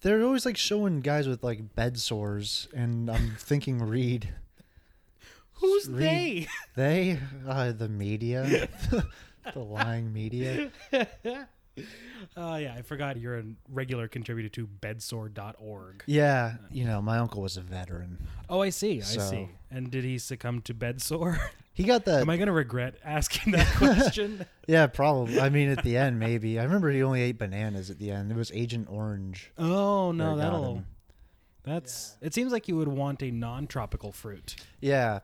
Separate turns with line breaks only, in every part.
they're always like showing guys with like bed sores, and I'm thinking Reed.
Who's
Reed.
they?
They, uh, the media, the lying media.
Uh, yeah, I forgot you're a regular contributor to bedsore.org.
Yeah, you know, my uncle was a veteran.
Oh, I see. I
So-
see. And did he succumb to bedsore?
He got that.
Am I going to regret asking that question?
yeah, probably. I mean, at the end, maybe. I remember he only ate bananas at the end. It was Agent Orange.
oh,
Or
no,
got
that'll.
him.
That's. It seems like you would want a non tropical fruit.
Yeah.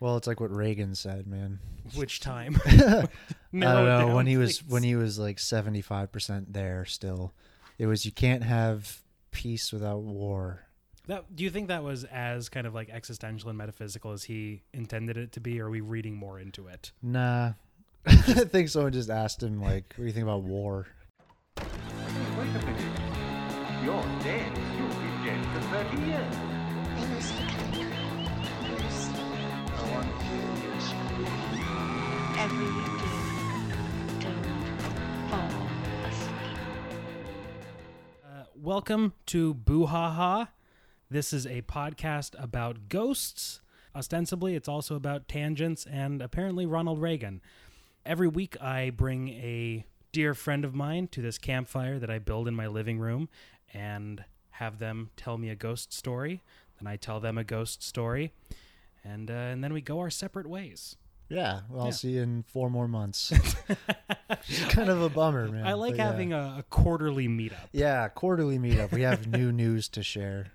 Well, it's like what Reagan said, man.
Which time?
I don't know when he was when he was like seventy five percent there. Still, it was you can't have peace without war.
That, do you think that was as kind of like existential and metaphysical as he intended it to be? Or are we reading more into it?
Nah, I think someone just asked him like, "What do you think about war?"
Wait a minute. You're dead. You've been dead for 30 years.
Every weekend, don't fall asleep.
Uh, welcome to Boo Ha Ha. This is a podcast about ghosts. Ostensibly, it's also about tangents and apparently Ronald Reagan. Every week, I bring a dear friend of mine to this campfire that I build in my living room and have them tell me a ghost story. Then I tell them a ghost story. And, uh, and then we go our separate ways.
Yeah, well, I'll
Yeah.
see you in four more months. It's kind of a bummer, man.
I like
but yeah.
having a, a quarterly meetup.
yeah quarterly meetup. We have new news to share.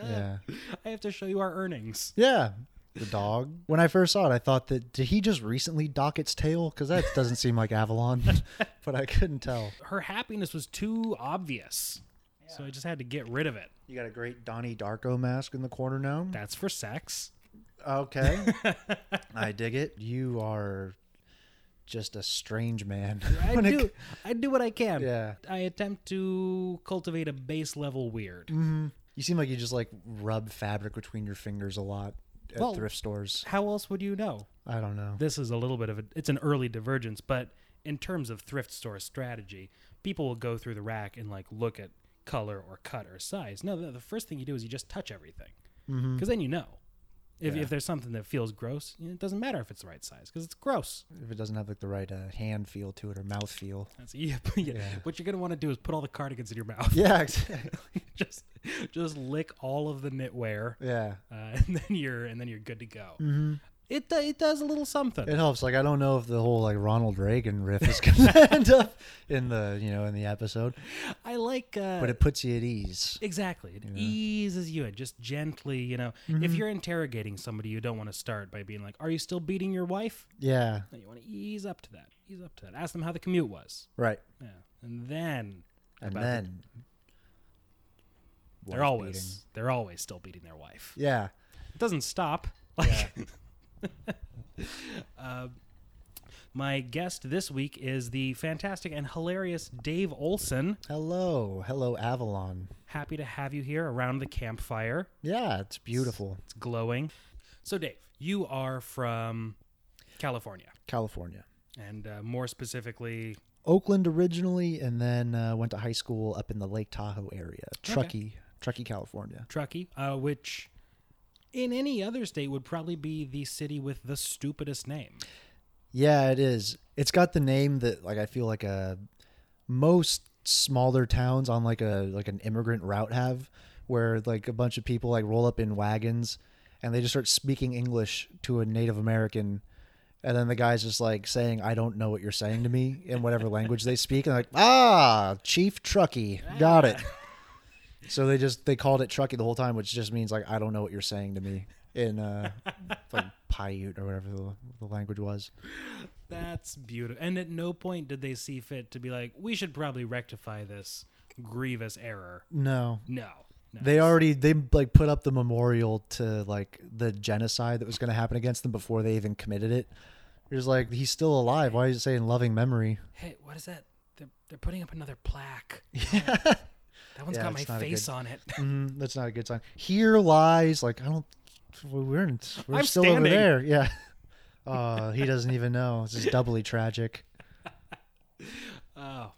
Yeah,
I have to show you our earnings.
yeah. The dog. When I first saw it, I thought that did he just recently dock its tail? Because that doesn't seem like Avalon, but I couldn't tell.
her happiness was too obvious. So I just had to get rid of it.
You got a great Donnie Darko mask in the corner now.
That's for sex.
Okay. I dig it. You are just a strange man.
I
When it
do.
c-
I do what I can.
Yeah.
I attempt to cultivate a base level weird.
Mm. You seem like you just like rub fabric between your fingers a lot at
Well-
thrift stores.
How else would you know?
I don't know.
This is a little bit of a. It's an early divergence, but in terms of thrift store strategy, people will go through the rack and like look at color or cut or size. No, the, the first thing you do is you just touch everything, because then you know. If,
Mm-hmm. Yeah.
if there's something that feels gross, it doesn't matter if it's the right size because it's gross.
If it doesn't have like the right uh, hand feel to it or mouth feel.
That's yeah, but yeah.
Yeah.
What you're gonna want to do is put all the cardigans in your mouth.
Yeah, exactly.
just just lick all of the knitwear,
yeah. Mm-hmm.
uh, and then you're and then you're good to go. It do- it does a little something.
It helps. Like I don't know if the whole like Ronald Reagan riff is gonna end up in the you know in the episode,
I like. Uh,
but it puts you at ease.
Exactly. It eases you in just gently, you know.
Mm-hmm.
If you're interrogating somebody, you don't want to start by being like, Are you still beating your wife?
Yeah.
No, you want to ease up to that. Ease up to that. Ask them how the commute was.
Right.
Yeah. And then
And
about the-
then
they're
Wife
always
beating.
they're always still beating their wife.
Yeah.
it doesn't stop. Like, uh, um, my guest this week is the fantastic and hilarious Dave Olson.
Hello. Hello, Avalon.
Happy to have you here around the campfire.
Yeah, it's beautiful.
It's glowing. So, Dave, you are from California,
California.
and uh, more specifically,
Oakland originally, and then uh, went to high school up in the Lake Tahoe area, Truckee, Truckee, California.
Truckee, uh, which in any other state would probably be the city with the stupidest name.
Yeah, it is. It's got the name that like I feel like a most smaller towns on like a like an immigrant route have, where like a bunch of people like roll up in wagons, and they just start speaking English to a Native American. And then the guy's just like saying, "I don't know what you're saying to me" in whatever language they speak, and like, "Ah, Chief Truckee, got it." So they just they called it Truckee the whole time, which just means like I don't know what you're saying to me in uh like Paiute or whatever the, the language was.
That's beautiful. And at no point did they see fit to be like, we should probably rectify this grievous error.
No.
No. no.
They already they like put up the memorial to like the genocide that was going to happen against them before they even committed it. It was like he's still alive. Why is it saying loving memory?
Hey, what is that? They're, they're putting up another plaque. That one's
Yeah,
got my
it's not a
face
good-
on it.
Mm, that's not a good sign. Here lies like I don't. We're in, we're
I'm
still over
standing.
there. Yeah. Uh, he doesn't even know. This is doubly tragic.
Oh.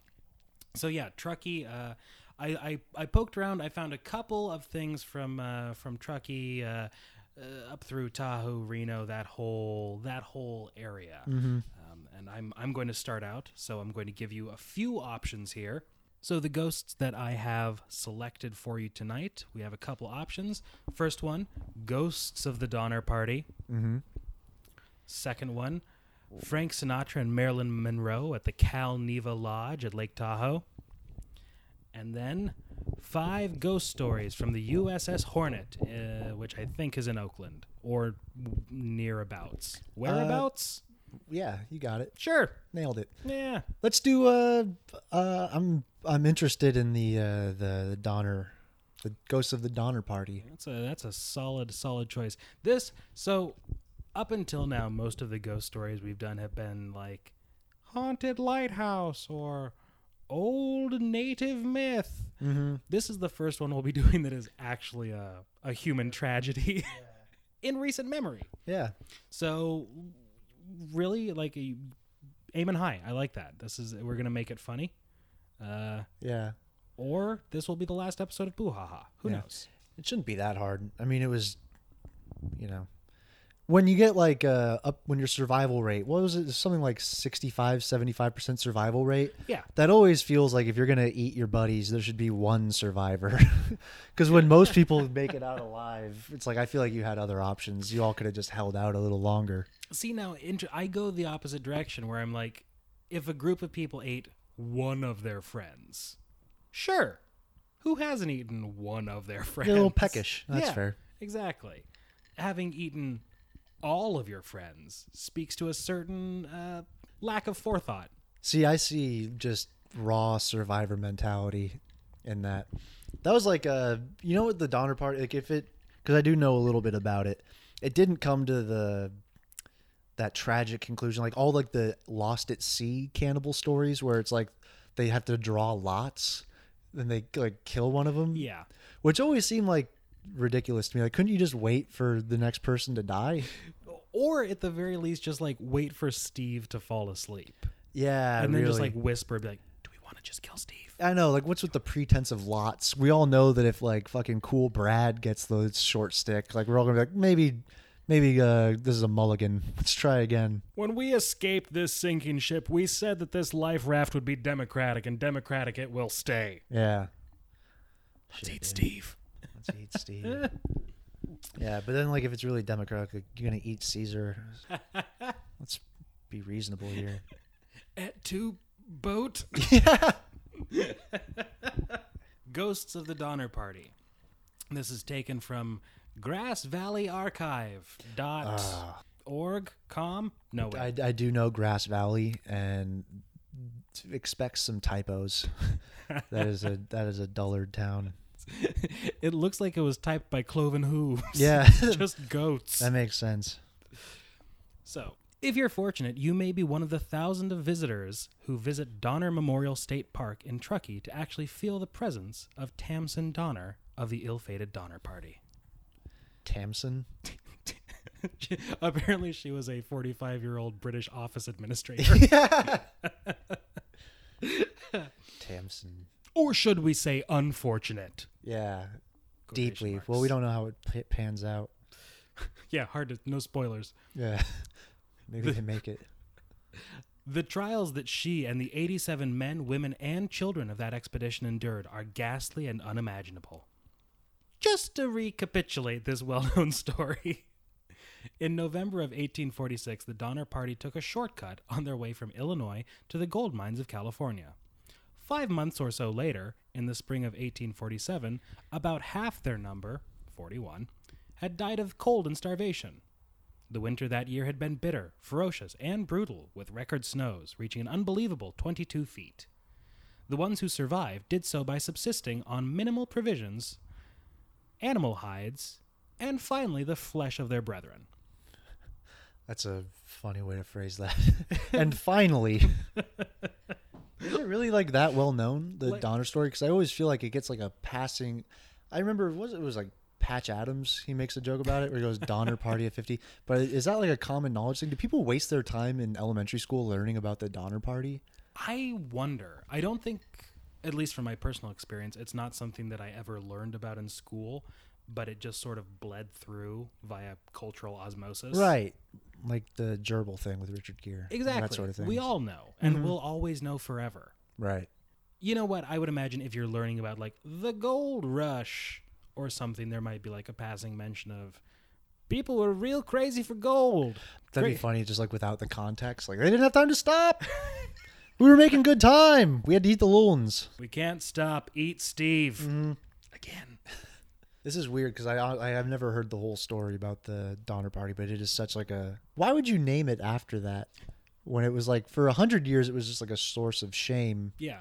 So yeah, Truckee. Uh, I, I, I poked around. I found a couple of things from uh, from Truckee uh, uh, up through Tahoe, Reno, that whole that whole area. Um, and I'm I'm going to start out. So I'm going to give you a few options here. So the ghosts that I have selected for you tonight, we have a couple options. First one, ghosts of the Donner Party. Second one, Frank Sinatra and Marilyn Monroe at the Cal Neva Lodge at Lake Tahoe. And then five ghost stories from the USS Hornet, uh, which I think is in Oakland or w- nearabouts. Whereabouts?
Yeah, you got it.
sure.
Nailed it.
Yeah.
Let's do. Uh, uh, I'm I'm interested in the uh, the Donner, the Ghosts of the Donner Party.
That's a that's a solid solid choice. This so up until now, most of the ghost stories we've done have been like haunted lighthouse or old native myth. This is the first one we'll be doing that is actually a a human tragedy in recent memory.
Yeah,
So really, like a, aiming high. I like that. This is we're gonna make it funny. Uh,
yeah.
or this will be the last episode of Boo Ha Ha. Who
Yeah.
knows?
It shouldn't be that hard. I mean, it was, you know, when you get like uh, up when your survival rate, what was it? Something like 65, 75% survival rate.
Yeah.
That always feels like if you're going to eat your buddies, there should be one survivor. Because when most people make it out alive, it's like I feel like you had other options. You all could have just held out a little longer.
see now int- i go the opposite direction where i'm like if a group of people ate one of their friends sure who hasn't eaten one of their friends
You're a little peckish. That's
Yeah,
fair.
exactly having eaten all of your friends speaks to a certain uh, lack of forethought
See, I see just raw survivor mentality in that. That was like uh you know what the Donner part like if it because I do know a little bit about it. It didn't come to the that tragic conclusion like all like the lost at sea cannibal stories where it's like they have to draw lots and they like kill one of them.
yeah
Which always seemed like ridiculous to me. Like couldn't you just wait for the next person to die?
or at the very least just like wait for steve to fall asleep
Yeah,
and then just
really.
like whisper be like do we want to just kill steve
I know, like, what's with the pretense of lots? We all know that if like fucking cool Brad gets the short stick, like we're all gonna be like, maybe, maybe uh, this is a mulligan. Let's try again.
When we escaped this sinking ship, we said that this life raft would be democratic, and democratic it will stay.
Yeah,
Let's eat Steve.
let's eat Steve. yeah, but then like if it's really democratic, like, you're gonna eat Caesar. Let's be reasonable here.
At two boat. Ghosts of the Donner Party. This is taken from Grass Valley Archive dot org com. No way.
Ah. I, I do know Grass Valley and expect some typos. that is a that is a dullard town.
it looks like it was typed by cloven hooves.
Yeah,
Just goats.
that makes sense.
So, if you're fortunate, you may be one of the thousand of visitors who visit Donner Memorial State Park in Truckee to actually feel the presence of Tamsin Donner of the ill-fated Donner Party.
Tamsin.
Apparently, she was a 45-year-old British office administrator,
Tamsin.
or should we say, unfortunate?
Yeah.
Quotation
Deeply.
marks.
Well, we don't know how it p- pans out.
Yeah, hard to no spoilers.
Yeah. Maybe they make it.
The trials that she and the 87 men, women, and children of that expedition endured are ghastly and unimaginable. Just to recapitulate this well known story. In November of 1846, the Donner Party took a shortcut on their way from Illinois to the gold mines of California. Five months or so later, in the spring of 1847, about half their number, 41, had died of cold and starvation. The winter that year had been bitter, ferocious, and brutal, with record snows reaching an unbelievable 22 feet. The ones who survived did so by subsisting on minimal provisions, animal hides, and finally the flesh of their brethren.
That's a funny way to phrase that. and finally. Is it really like that well known, the
Like-
Donner story? Because I always feel like it gets like a passing. I remember, was it, it was like Patch Adams? He makes a joke about it where he goes, Donner Party at 50. But is that like a common knowledge thing? Do people waste their time in elementary school learning about the Donner Party?
I wonder. I don't think at least from my personal experience, it's not something that I ever learned about in school, but it just sort of bled through via cultural osmosis.
Right. Like the gerbil thing with Richard Gere.
Exactly.
That sort of Mm-hmm. thing.
We all know, and we'll always know forever.
Right.
You know what? I would imagine if you're learning about like the gold rush or something, there might be like a passing mention of people were real crazy for gold.
That'd be
Great.
funny just like without the context. Like they didn't have time to stop. we were making good time. We had to eat the loons.
We can't stop. Eat Steve.
Mm-hmm.
Again.
This is weird because I I have never heard the whole story about the Donner Party, but it is such like a why would you name it after that? When it was like for a hundred years, it was just like a source of shame.
Yeah.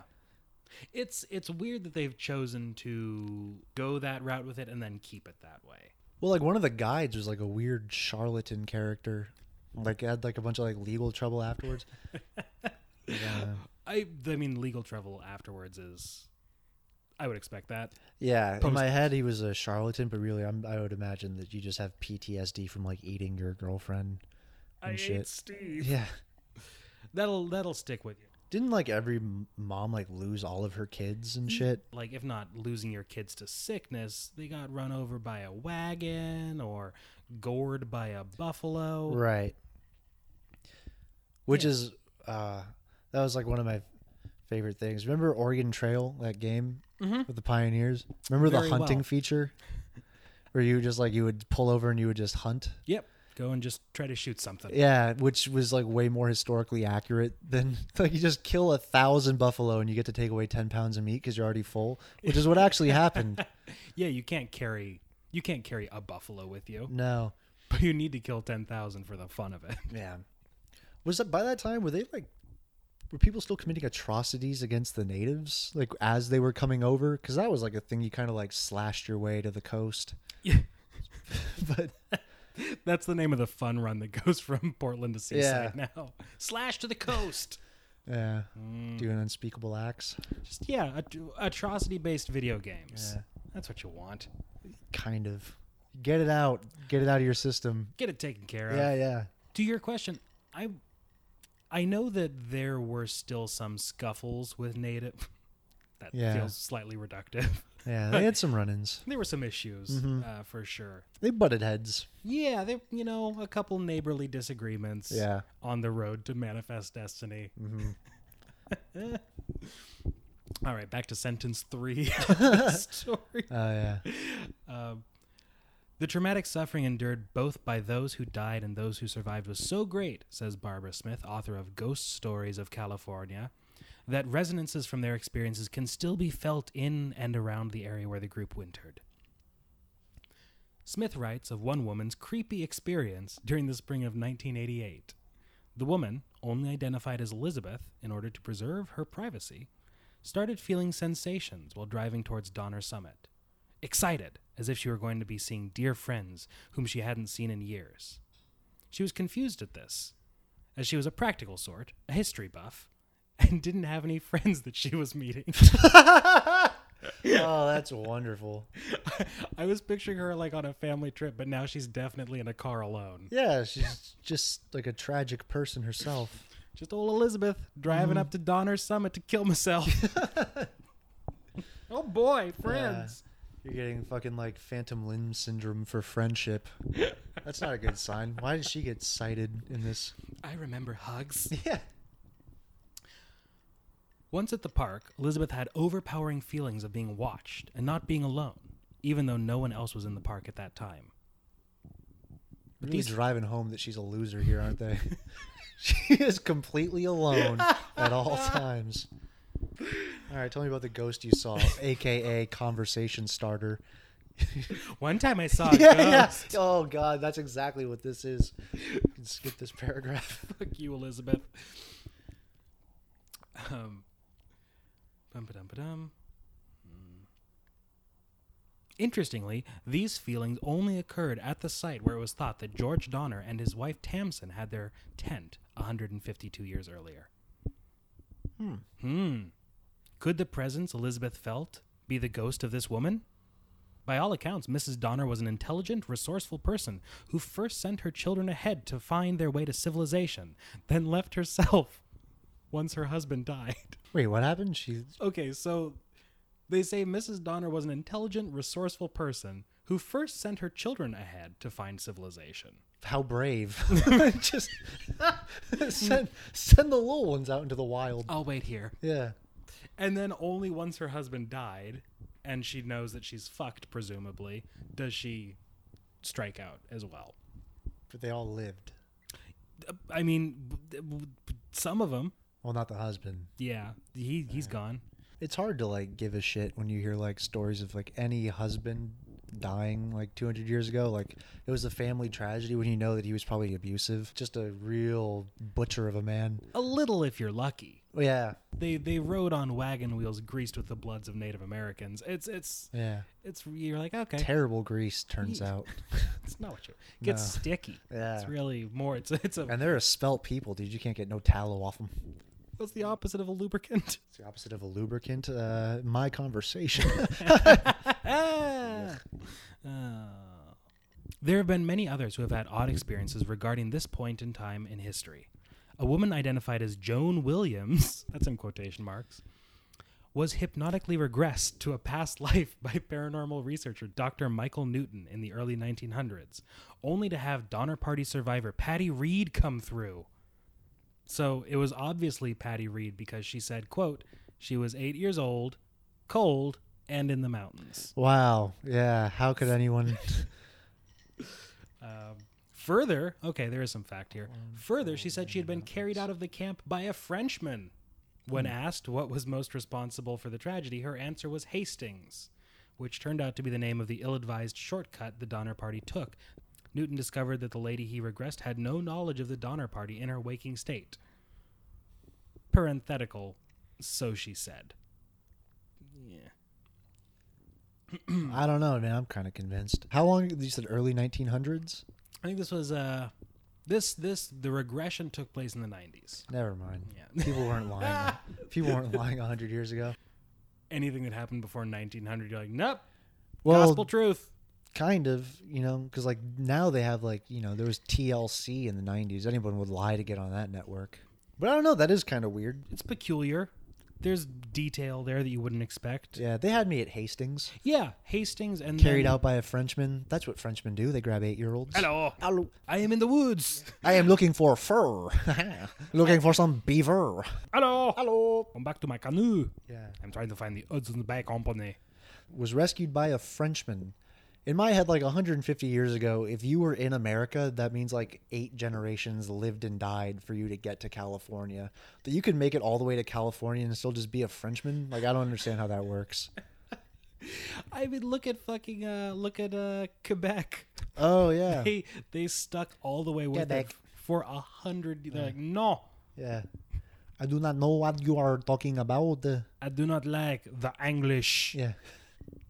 It's it's weird that they've chosen to go that route with it and then keep it that way.
Well, like one of the guides was like a weird charlatan character, like had like a bunch of like legal trouble afterwards. yeah.
I I mean legal trouble afterwards is I would expect that.
Yeah, in
Post-
my head he was a charlatan, but really, I'm, I would imagine that you just have PTSD from like eating your girlfriend.
I
And shit.
ate Steve.
Yeah,
That'll that'll stick with you.
didn't like every m- mom like lose all of her kids and
Mm-hmm.
shit.
Like if not losing your kids to sickness, they got run over by a wagon or gored by a buffalo.
Right. Which is uh that was like one of my favorite things. Remember Oregon Trail, that game with the pioneers? Remember
Mm-hmm. Very
the hunting
well.
feature? Where you just like you would pull over and you would just hunt.
Yep. Go and just try to shoot something.
Yeah, which was like way more historically accurate than like you just kill a thousand buffalo and you get to take away ten pounds of meat because you're already full, which is what actually happened.
Yeah, you can't carry you can't carry a buffalo with you,
No,
but you need to kill 10,000 for the fun of it.
man, was that by that time were they like were people still committing atrocities against the natives like as they were coming over? Because that was like a thing you kind of like slashed your way to the coast.
Yeah.
but
That's the name of the fun run that goes from Portland to Seaside now. Slash to the coast.
yeah, doing unspeakable acts,
Just yeah, at- atrocity-based video games.
Yeah.
That's what you want.
kind of. Get it out, get it out of your system.
Get it taken care of.
Yeah, yeah.
To your question, I I know that there were still some scuffles with native. That
Yeah.
feels slightly reductive.
Yeah, Mm-hmm. they had some run-ins.
there were some issues uh, for sure.
They butted heads.
Yeah, there you know a couple neighborly disagreements.
Yeah.
on the road to manifest destiny.
Mm-hmm.
All right, back to sentence three. of the story.
Oh yeah.
The traumatic suffering endured both by those who died and those who survived was so great, says Barbara Smith, author of Ghost Stories of California, that resonances from their experiences can still be felt in and around the area where the group wintered. Smith writes of one woman's creepy experience during the spring of 1988. The woman, only identified as Elizabeth in order to preserve her privacy, started feeling sensations while driving towards Donner Summit excited, as if she were going to be seeing dear friends whom she hadn't seen in years. She was confused at this, as she was a practical sort, a history buff, and didn't have any friends that she was meeting.
Oh, that's wonderful.
I was picturing her like on a family trip, but now she's definitely in a car alone.
Yeah, she's just like a tragic person herself.
Just old Elizabeth driving up to Donner's Summit to kill myself. oh boy, friends.
You're getting fucking like phantom limb syndrome for friendship. That's not a good sign. Why did she get cited in this?
I remember hugs.
Yeah.
Once at the park, Elizabeth had overpowering feelings of being watched and not being alone, even though no one else was in the park at that time.
Really
these-
driving home that she's a loser here, aren't they? she is completely alone at all times. All right, tell me about the ghost you saw, aka conversation starter.
One time I saw a ghost.
Oh god, that's exactly what this is. You can skip this paragraph.
Fuck you, Elizabeth. Um, bum ba dum ba dum. Hmm. Interestingly, these feelings only occurred at the site where it was thought that George Donner and his wife Tamsin had their tent 152 years earlier. Hmm. Hmm. Could the presence Elizabeth felt be the ghost of this woman? By all accounts, Mrs. Donner was an intelligent, resourceful person who first sent her children ahead to find their way to civilization, then left herself. once her husband died.
Wait, what happened? She
Okay, so they say Mrs. Donner was an intelligent, resourceful person who first sent her children ahead to find civilization.
how brave. Just send send the little ones out into the wild.
I'll wait here.
Yeah.
And then only once her husband died and she knows that she's fucked, presumably, does she strike out as well.
But they all lived.
I mean, b- b- b- some of them,
Well, not the husband.
yeah, he, he's gone.
It's hard to like give a shit when you hear like stories of like any husband dying like 200 years ago like it was a family tragedy when you know that he was probably abusive just a real butcher of a man
A little if you're lucky.
Oh, yeah
They, they rode on wagon wheels greased with the bloods of Native Americans. It's it's
yeah
it's you're like okay,
terrible grease turns
Yeesh.
out
it's not what you it gets
No.
sticky. It's
Yeah.
really more. It's it's a
and they're a spelt people dude you can't get no tallow off them
what's the opposite of a lubricant?
it's the opposite of a lubricant uh my conversation
Ah. Oh. There have been many others who have had odd experiences regarding this point in time in history. A woman identified as Joan Williams, that's in quotation marks, was hypnotically regressed to a past life by paranormal researcher Dr. Michael Newton in the early 1900s, only to have Donner Party survivor Patty Reed come through. So it was obviously Patty Reed because she said, quote, she was eight years old, cold, and in the mountains.
wow yeah how could anyone
Um, further, okay, there is some fact here. Further, she said she had been carried out of the camp by a Frenchman. When asked what was most responsible for the tragedy, her answer was Hastings, which turned out to be the name of the ill advised shortcut the Donner Party took. Newton discovered that the lady he regressed had no knowledge of the Donner Party in her waking state. Parenthetical, so she said. Yeah. Hmm.
i don't know man i'm kind of convinced how long you said early 1900s
I think this was uh this this the regression took place in the 90s.
never mind
Yeah.
people weren't lying people weren't lying 100 years ago
Anything that happened before 1900 you're like, "Nope,
well
gospel truth."
kind of you know because like now they have like you know there was tlc in the 90s anyone would lie to get on that network but i don't know that is kind of weird
It's peculiar. There's detail there that you wouldn't expect.
yeah they had me at hastings
Yeah, Hastings and
carried
then-
out by a frenchman that's what frenchmen do they grab eight-year-olds
Hello.
Hello.
I am in the woods.
i am looking for fur looking for some beaver
Hello.
hello
I'm back to my canoe.
yeah
I'm trying to find the Hudson Bay Company.
was rescued by a Frenchman. In my head, like 150 years ago, if you were in America, that means like eight generations lived and died for you to get to California. That you could make it all the way to California and still just be a Frenchman. Like I don't understand how that works.
I mean, look at fucking uh look at uh Quebec.
Oh yeah,
They they stuck all the way with it
Quebec.
for a hundred. They're like, no,
yeah. I do not know what you are talking about. Uh,
I do not like the English.
Yeah,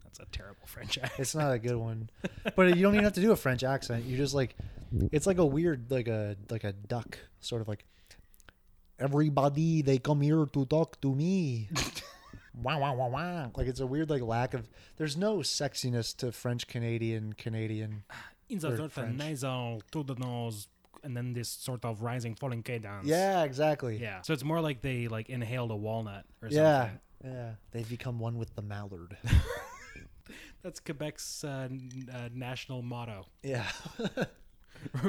That's a terrible French accent.
it's not a good one. But you don't even have to do a French accent. You just like, it's like a weird, like a like a duck sort of like. Everybody, they come here to talk to me. wah, wah, wah, wah. Like it's a weird like lack of. There's no sexiness to French Canadian Canadian.
In the
Or
sort of
French.
nasal to the nose, and then this sort of rising falling cadence.
Yeah, exactly.
Yeah. So it's more like they like inhaled a walnut or something.
yeah, yeah. They've become one with the mallard.
That's Quebec's uh, n- uh, national motto,
yeah.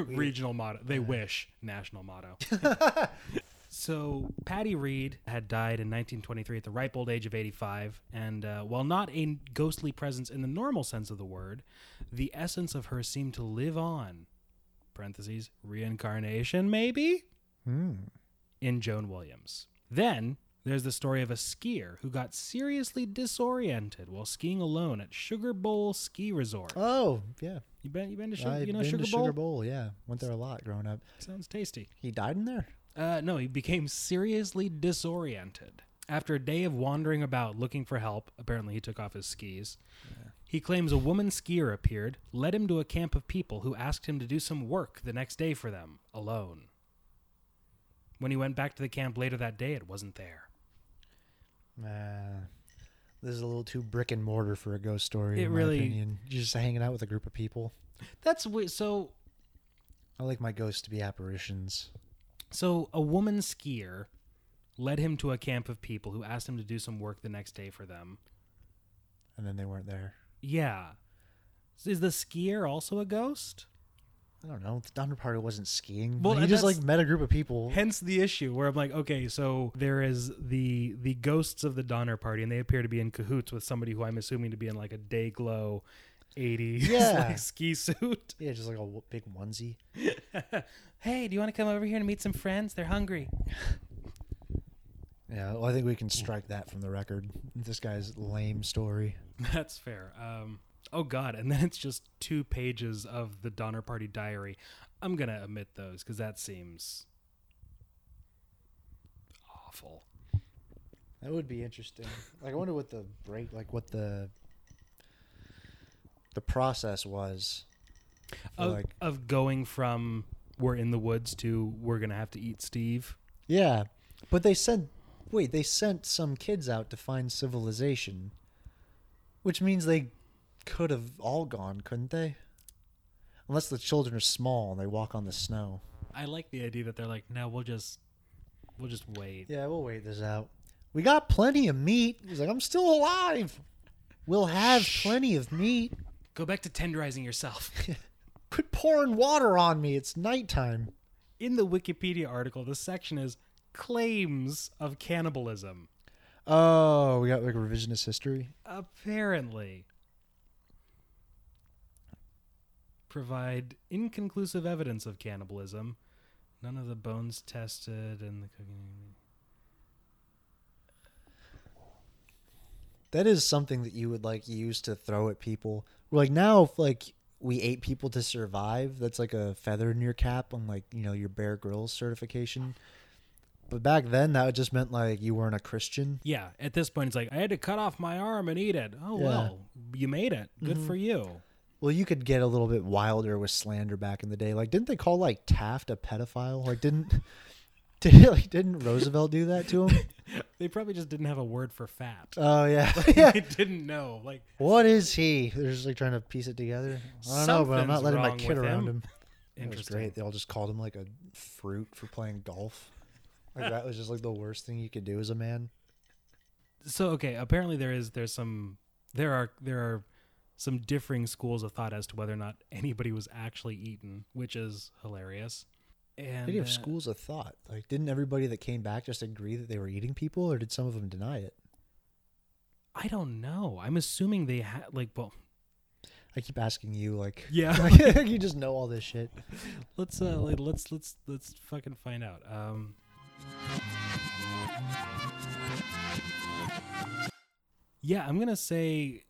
regional motto. They wish national motto. so Patty Reed had died in 1923 at the ripe old age of 85, and uh, while not a ghostly presence in the normal sense of the word, the essence of her seemed to live on. Parentheses reincarnation, maybe.
Hmm.
in Joan Williams. Then there's the story of a skier who got seriously disoriented while skiing alone at Sugar Bowl Ski Resort.
Oh yeah.
You been you been to Sugar,
I've
you know
been
Sugar,
to
Bowl?
Sugar Bowl. Yeah, went there a lot growing up.
Sounds tasty.
He died in there.
Uh, no, he became seriously disoriented after a day of wandering about looking for help. Apparently, he took off his skis. He claims a woman skier appeared, led him to a camp of people who asked him to do some work the next day for them alone. When he went back to the camp later that day, it wasn't there.
Uh, this is a little too brick and mortar for a ghost story.
It
in my
really-
opinion. You're just hanging out with a group of people.
That's we- so.
I like my ghosts to be apparitions.
So a woman skier led him to a camp of people who asked him to do some work the next day for them.
and then they weren't there.
Yeah. Is the skier also a ghost?
I don't know. The Donner Party wasn't skiing.
Well,
Well, he
and
just
that's-
like met a group of people.
Hence the issue where I'm like, okay, so there is the the ghosts of the Donner Party, and they appear to be in cahoots with somebody who I'm assuming to be in like a day glow, 80s
Yeah.
like, ski suit.
Yeah, just like a w- big onesie.
Hey, do you want to come over here and meet some friends? They're hungry.
Yeah, well, I think we can strike that from the record. This guy's lame story.
That's fair. Um, oh God, and then it's just two pages of the Donner Party diary. I'm gonna omit those because that seems awful.
That would be interesting. Like, I wonder what the break, like what the the process was. For,
Of,
like-
of going from we're in the woods to we're gonna have to eat Steve.
Yeah, but they sent. Wait, they sent some kids out to find civilization, which means they could have all gone, couldn't they? Unless the children are small and they walk on the snow.
I like the idea that they're like, no, we'll just we'll just wait.
Yeah, we'll wait this out. We got plenty of meat. He's like, I'm still alive. We'll have plenty of meat.
Go back to tenderizing yourself.
Quit pouring water on me. It's nighttime.
in the Wikipedia article, the section is claims of cannibalism.
Oh, we got like revisionist history.
apparently provide inconclusive evidence of cannibalism. None of the bones tested and the cooking.
That is something that you would like use to throw at people. Like now, if like we ate people to survive, that's like a feather in your cap on like you know your Bear Grylls certification. But back then, that just meant like you weren't a Christian.
Yeah, at this point, it's like I had to cut off my arm and eat it. Oh
Yeah. Mm-hmm.
well, you made it. Good for you.
Well, you could get a little bit wilder with slander back in the day. Like, didn't they call like Taft a pedophile? Like, didn't did like didn't Roosevelt do that to him?
They probably just didn't have a word for fat.
Oh yeah, yeah.
they didn't know. Like
What is he? They're just like trying to piece it together. I don't know, but I'm not
Something's
letting my
wrong
kid
with
around
him.
him. It was
interesting.
great. They all just called him like a fruit for playing golf. Like that was just like the worst thing you could do as a man.
so okay apparently there is there's some there are there are some differing schools of thought as to whether or not anybody was actually eaten which is hilarious and
Did you
uh,
have schools of thought? Like, didn't everybody that came back just agree that they were eating people, or did some of them deny it?
i don't know i'm assuming they had like well
I keep asking you, like,
yeah
like, you just know all this shit.
let's uh like, let's let's let's fucking find out um yeah i'm gonna say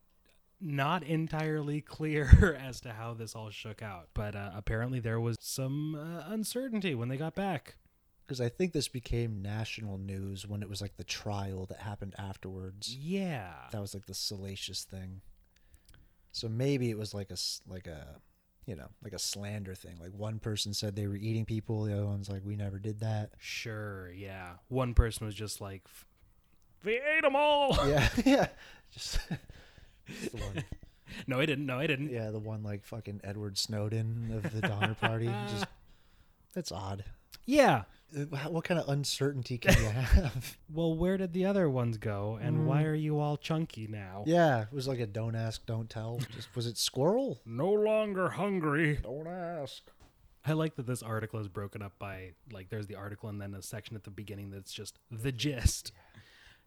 not entirely clear as to how this all shook out but uh, apparently there was some uh, uncertainty when they got back
Because I think this became national news when it was like the trial that happened afterwards.
yeah
That was like the salacious thing. So maybe it was like a s- like a you know like a slander thing. Like one person said they were eating people, the other one's like we never did that.
sure yeah one person was just like "F- they ate them all
yeah, yeah. Just it's the one,
no i didn't no i didn't
yeah, the one like fucking Edward Snowden of the Donner Party. Just that's odd.
yeah
Uh, wh- What kind of uncertainty can you have?
well where did the other ones go and why are you all chunky now
yeah, it was like a don't ask, don't tell. Just was it squirrel?
no longer hungry.
Don't ask.
I like that this article is broken up by like there's the article and then a section at the beginning that's just the gist.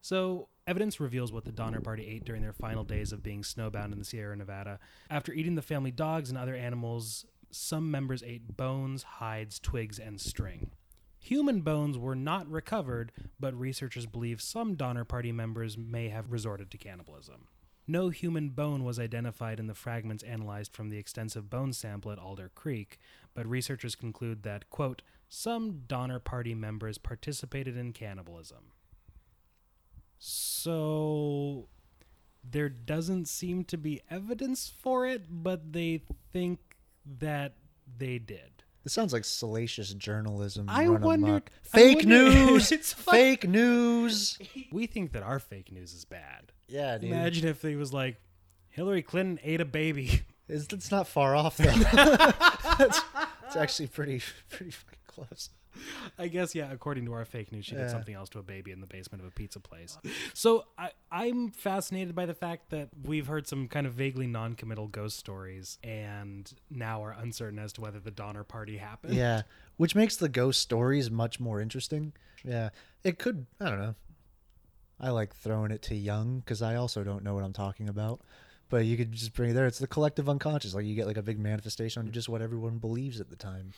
So, evidence reveals what the Donner Party ate during their final days of being snowbound in the Sierra Nevada. After eating the family dogs and other animals, some members ate bones, hides, twigs, and string. Human bones were not recovered, but researchers believe some Donner Party members may have resorted to cannibalism. No human bone was identified in the fragments analyzed from the extensive bone sample at Alder Creek, but researchers conclude that, quote, some Donner Party members participated in cannibalism. So there doesn't seem to be evidence for it, but they think that they did.
This sounds like salacious journalism.
I
run
wondered-
amok.
I
Fake
wondered-
news.
It's fuck-
fake news.
We think that our fake news is bad.
Yeah, dude.
Imagine if they was like, Hillary Clinton ate a baby.
It's, it's not far off though. it's, it's actually pretty pretty fucking close.
I guess yeah. According to our fake news, she did
Yeah.
something else to a baby in the basement of a pizza place. So I, I'm fascinated by the fact that we've heard some kind of vaguely non-committal ghost stories, and now are uncertain as to whether the Donner Party happened.
yeah, which makes the ghost stories much more interesting. Yeah, it could. I don't know. I like throwing it to young because I also don't know what I'm talking about. But you could just bring it there. It's the collective unconscious. Like you get like a big manifestation on just what everyone believes at the time.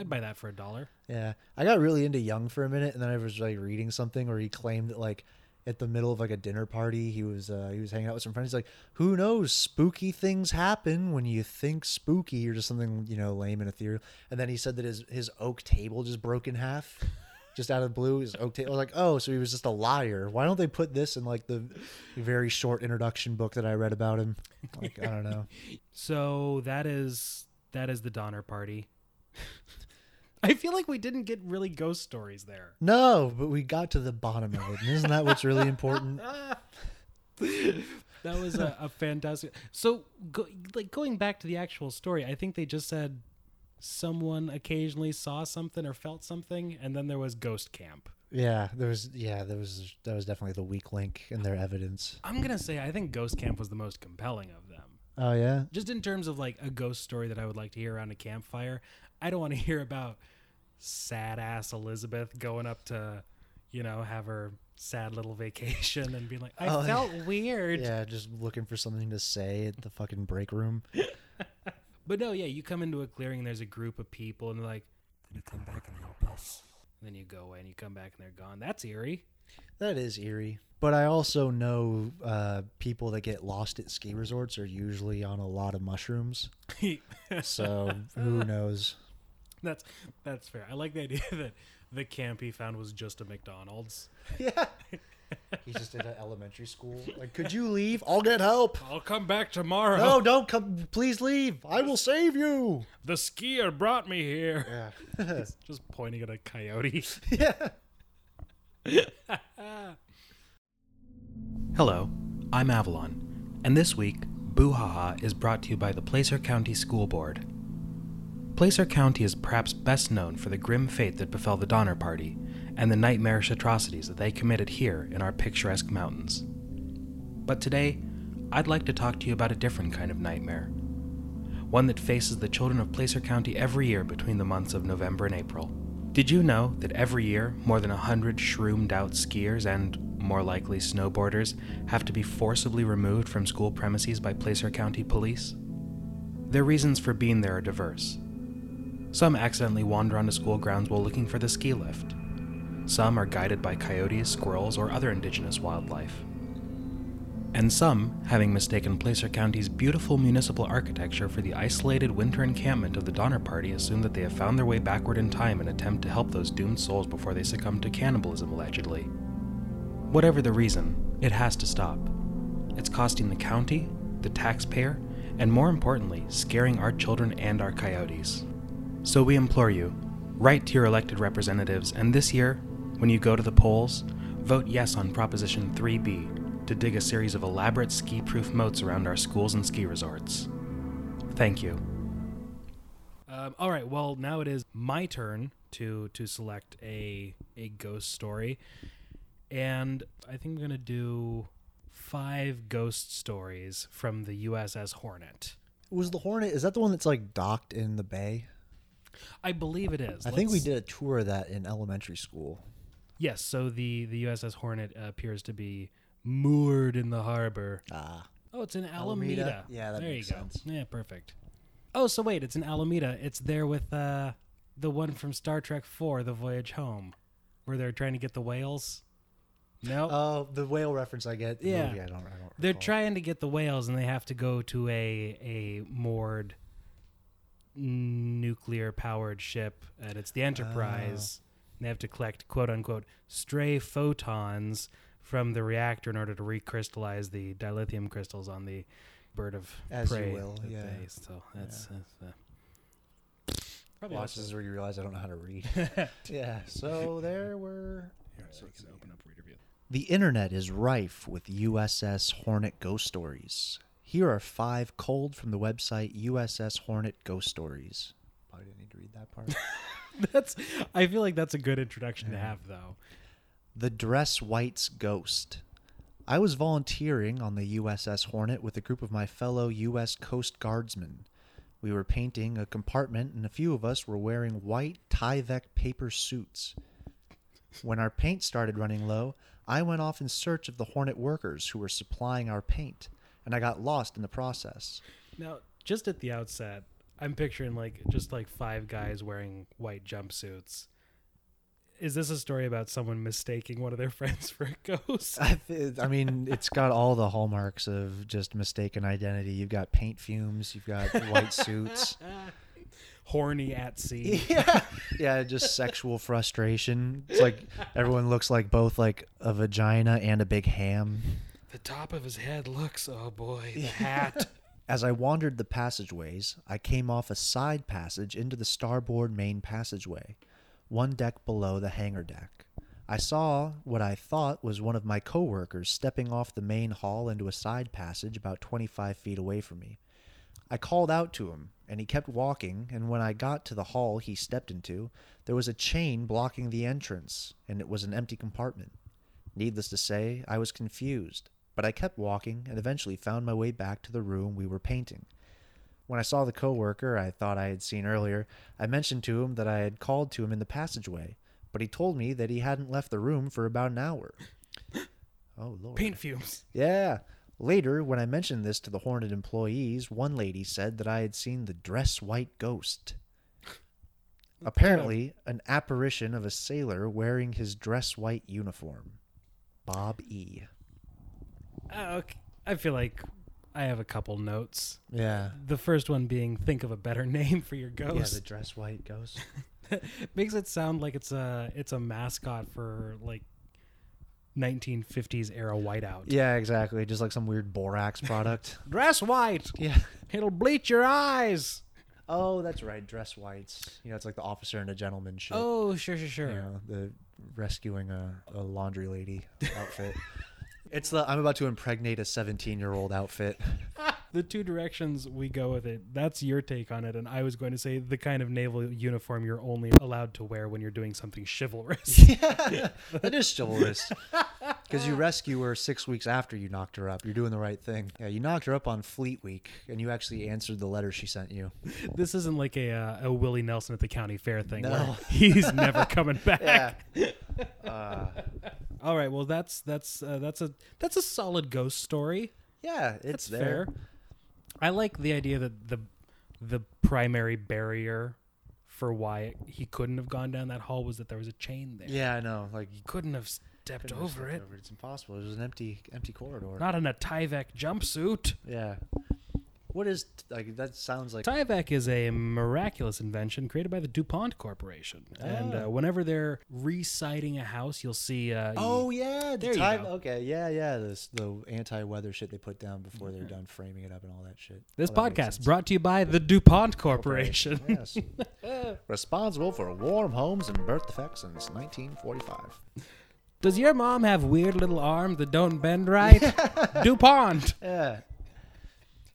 I'd buy that for a dollar.
Yeah, I got really into Young for a minute, and then I was like reading something where he claimed that like at the middle of like a dinner party, he was uh, he was hanging out with some friends. He's like, "Who knows? Spooky things happen when you think spooky, or just something you know lame and ethereal." And then he said that his his oak table just broke in half. Just out of the blue, his oak table. I was like, oh, so he was just a liar. Why don't they put this in like the very short introduction book that I read about him? Like, I don't know.
So that is that is the Donner Party. I feel like we didn't get really ghost stories there.
No, but we got to the bottom of it. And isn't that what's really important?
That was a, a fantastic. So, go, like going back to the actual story, I think they just said someone occasionally saw something or felt something, and then there was ghost camp.
Yeah, there was. Yeah, there was. That was definitely the weak link in their evidence.
I'm gonna say I think ghost camp was the most compelling of them.
Oh yeah,
Just in terms of like a ghost story that I would like to hear around a campfire. I don't want to hear about sad ass Elizabeth going up to, you know, have her sad little vacation and being like, I
Oh, yeah.
felt weird.
yeah. Just looking for something to say at the fucking break room.
But no, yeah, you come into a clearing and there's a group of people and they're like, "Can you come back and help us?" And then you go away and you come back and they're gone. That's eerie.
That is eerie. But I also know uh, people that get lost at ski resorts are usually on a lot of mushrooms. So who knows?
that's that's fair. I like the idea that the camp he found was just a McDonald's.
Yeah. He's just in an elementary school. Like, could you leave? I'll get help.
I'll come back tomorrow.
No, don't come. Please leave. I will save you.
The skier brought me here.
Yeah.
Just pointing at a coyote.
yeah.
Hello, I'm Avalon, and this week, Boo Ha Ha is brought to you by the Placer County School Board. Placer County is perhaps best known for the grim fate that befell the Donner Party and the nightmarish atrocities that they committed here in our picturesque mountains. But today, I'd like to talk to you about a different kind of nightmare. One that faces the children of Placer County every year between the months of November and April. Did you know that every year, more than 100 shroomed out skiers and, more likely, snowboarders have to be forcibly removed from school premises by Placer County police? Their reasons for being there are diverse. Some accidentally wander onto school grounds while looking for the ski lift. Some are guided by coyotes, squirrels, or other indigenous wildlife and some having mistaken Placer County's beautiful municipal architecture for the isolated winter encampment of the Donner Party assume that they have found their way backward in time in attempt to help those doomed souls before they succumb to cannibalism allegedly. Whatever the reason, it has to stop. It's costing the county, the taxpayer, and more importantly, scaring our children and our coyotes. So we implore you write to your elected representatives, and this year, when you go to the polls, vote yes on Proposition 3B to dig a series of elaborate ski proof moats around our schools and ski resorts. Thank you. Um, all right. Well, now it is my turn to to select a a ghost story, and I think I'm gonna do five ghost stories from the USS Hornet.
Was the Hornet? Is that the one that's like docked in the bay?
I believe it is.
I think we
Let's-
did a tour of that in elementary school.
Yes, so the the USS Hornet appears to be moored in the harbor.
Ah.
Oh, it's in Alameda.
Alameda. Yeah, that
there
makes
you
sense.
go. Yeah, perfect. Oh, so wait, it's in Alameda. It's there with uh, the one from Star Trek Four, The Voyage Home, where they're trying to get the whales. No,
Oh, the whale reference I get. The
Yeah.
movie, I don't. I don't
they're
recall.
trying to get the whales, and they have to go to a a moored nuclear powered ship, and it's the
Oh.
Enterprise. And they have to collect quote unquote stray photons from the reactor in order to recrystallize the dilithium crystals on the bird of
As you
prey.
will,
that
yeah.
they- so that's, that's, uh, probably
Watch,
also-
this is where you realize I don't know how to read. yeah. So there were. The internet is rife with USS Hornet ghost stories. Here are five cold from the website USS Hornet ghost stories. Probably didn't need to read that part.
That's. I feel like that's a good introduction to have, though.
The Dress White's Ghost. I was volunteering on the USS Hornet with a group of my fellow U.S. Coast Guardsmen. We were painting a compartment, and a few of us were wearing white Tyvek paper suits. When our paint started running low, I went off in search of the Hornet workers who were supplying our paint, and I got lost in the process.
Now, just at the outset, I'm picturing like just like five guys wearing white jumpsuits. Is this a story about someone mistaking one of their friends for a ghost?
I, th- I mean, it's got all the hallmarks of just mistaken identity. You've got paint fumes, you've got white suits.
Horny at sea.
yeah. Yeah, just sexual frustration. It's like everyone looks like both like a vagina and a big ham.
The top of his head looks, oh boy, the hat.
As I wandered the passageways, I came off a side passage into the starboard main passageway, one deck below the hangar deck. I saw what I thought was one of my coworkers stepping off the main hall into a side passage about 25 feet away from me. I called out to him, and he kept walking, and when I got to the hall he stepped into, there was a chain blocking the entrance, and it was an empty compartment. Needless to say, I was confused, but I kept walking and eventually found my way back to the room we were painting. When I saw the coworker I thought I had seen earlier, I mentioned to him that I had called to him in the passageway, but he told me that he hadn't left the room for about an hour. Oh lord.
Paint fumes.
Yeah. Later, when I mentioned this to the Hornet employees, one lady said that I had seen the dress white ghost. Apparently, an apparition of a sailor wearing his dress white uniform. Bob E.
Uh, okay. I feel like I have a couple notes.
Yeah.
The first one being think of a better name for your
Yeah,
ghost.
Oh, the dress white ghost.
Makes it sound like it's a it's a mascot for like 1950s era whiteout.
yeah, exactly. Just like some weird borax product.
Dress white.
yeah.
It'll bleach your eyes.
Oh, that's right. Dress whites. You know, it's like the officer and a gentleman shit.
Oh, sure, sure, sure.
you know, the rescuing a, a laundry lady outfit. It's the I'm about to impregnate a 17 year old outfit.
The two directions we go with it. That's your take on it, and I was going to say the kind of naval uniform you're only allowed to wear when you're doing something chivalrous.
yeah, that is chivalrous. Because you rescue her six weeks after you knocked her up. You're doing the right thing. Yeah, you knocked her up on Fleet Week, and you actually answered the letter she sent you.
this isn't like a uh, a Willie Nelson at the county fair thing where
No.
he's never coming back.
Yeah.
All right, well that's that's uh, that's a that's a solid ghost story.
Yeah, it's
It's
there.
fair. I like the idea that the the primary barrier for why he couldn't have gone down that hall was that there was a chain there.
Yeah, I know. Like you
Couldn't have stepped
couldn't have
over
stepped
it.
It's impossible. It was an empty, empty corridor.
Not in a Tyvek jumpsuit.
yeah. What is like? That sounds like
Tyvek is a miraculous invention created by the DuPont Corporation.
Ah.
And uh, whenever they're reciting a house, you'll see. Uh,
Oh yeah, the
There you
time-
go.
Okay, yeah, yeah. This the anti-weather shit they put down before they're done framing it up and all that shit.
Mm-hmm. This
Well, that makes
podcast
sense.
brought to you by the DuPont Corporation.
Yes. Responsible for warm homes and birth defects since 1945.
Does your mom have weird little arms that don't bend right? DuPont.
Yeah.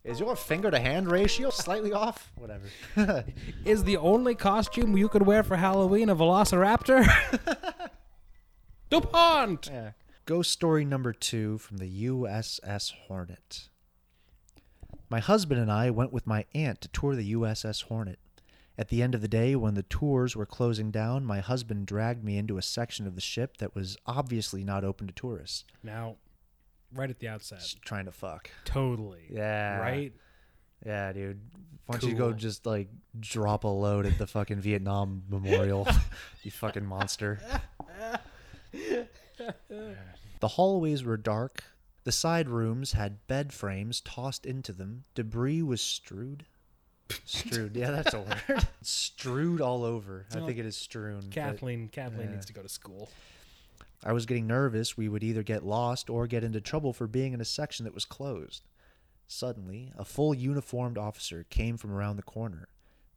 Is your finger to hand ratio slightly off? Whatever. yeah,
Is the only costume you could wear for Halloween a velociraptor? DuPont!
Ghost story number two from the USS Hornet. My husband and I went with my aunt to tour the USS Hornet. At the end of the day, when the tours were closing down, my husband dragged me into a section of the ship that was obviously not open to tourists.
Now, right at the outset,
Just trying to fuck.
totally.
Yeah.
Right?
Yeah, dude. Why don't you go
Cool.
just like drop a load at the fucking Vietnam Memorial? you fucking monster. the hallways were dark. The side rooms had bed frames tossed into them. Debris was strewed. Strewed. Yeah, that's a word. strewed all over. I
No.
think it is strewn. but-
Kathleen, Kathleen
yeah.
needs to go to school.
I was getting nervous we would either get lost or get into trouble for being in a section that was closed. Suddenly, a full uniformed officer came from around the corner.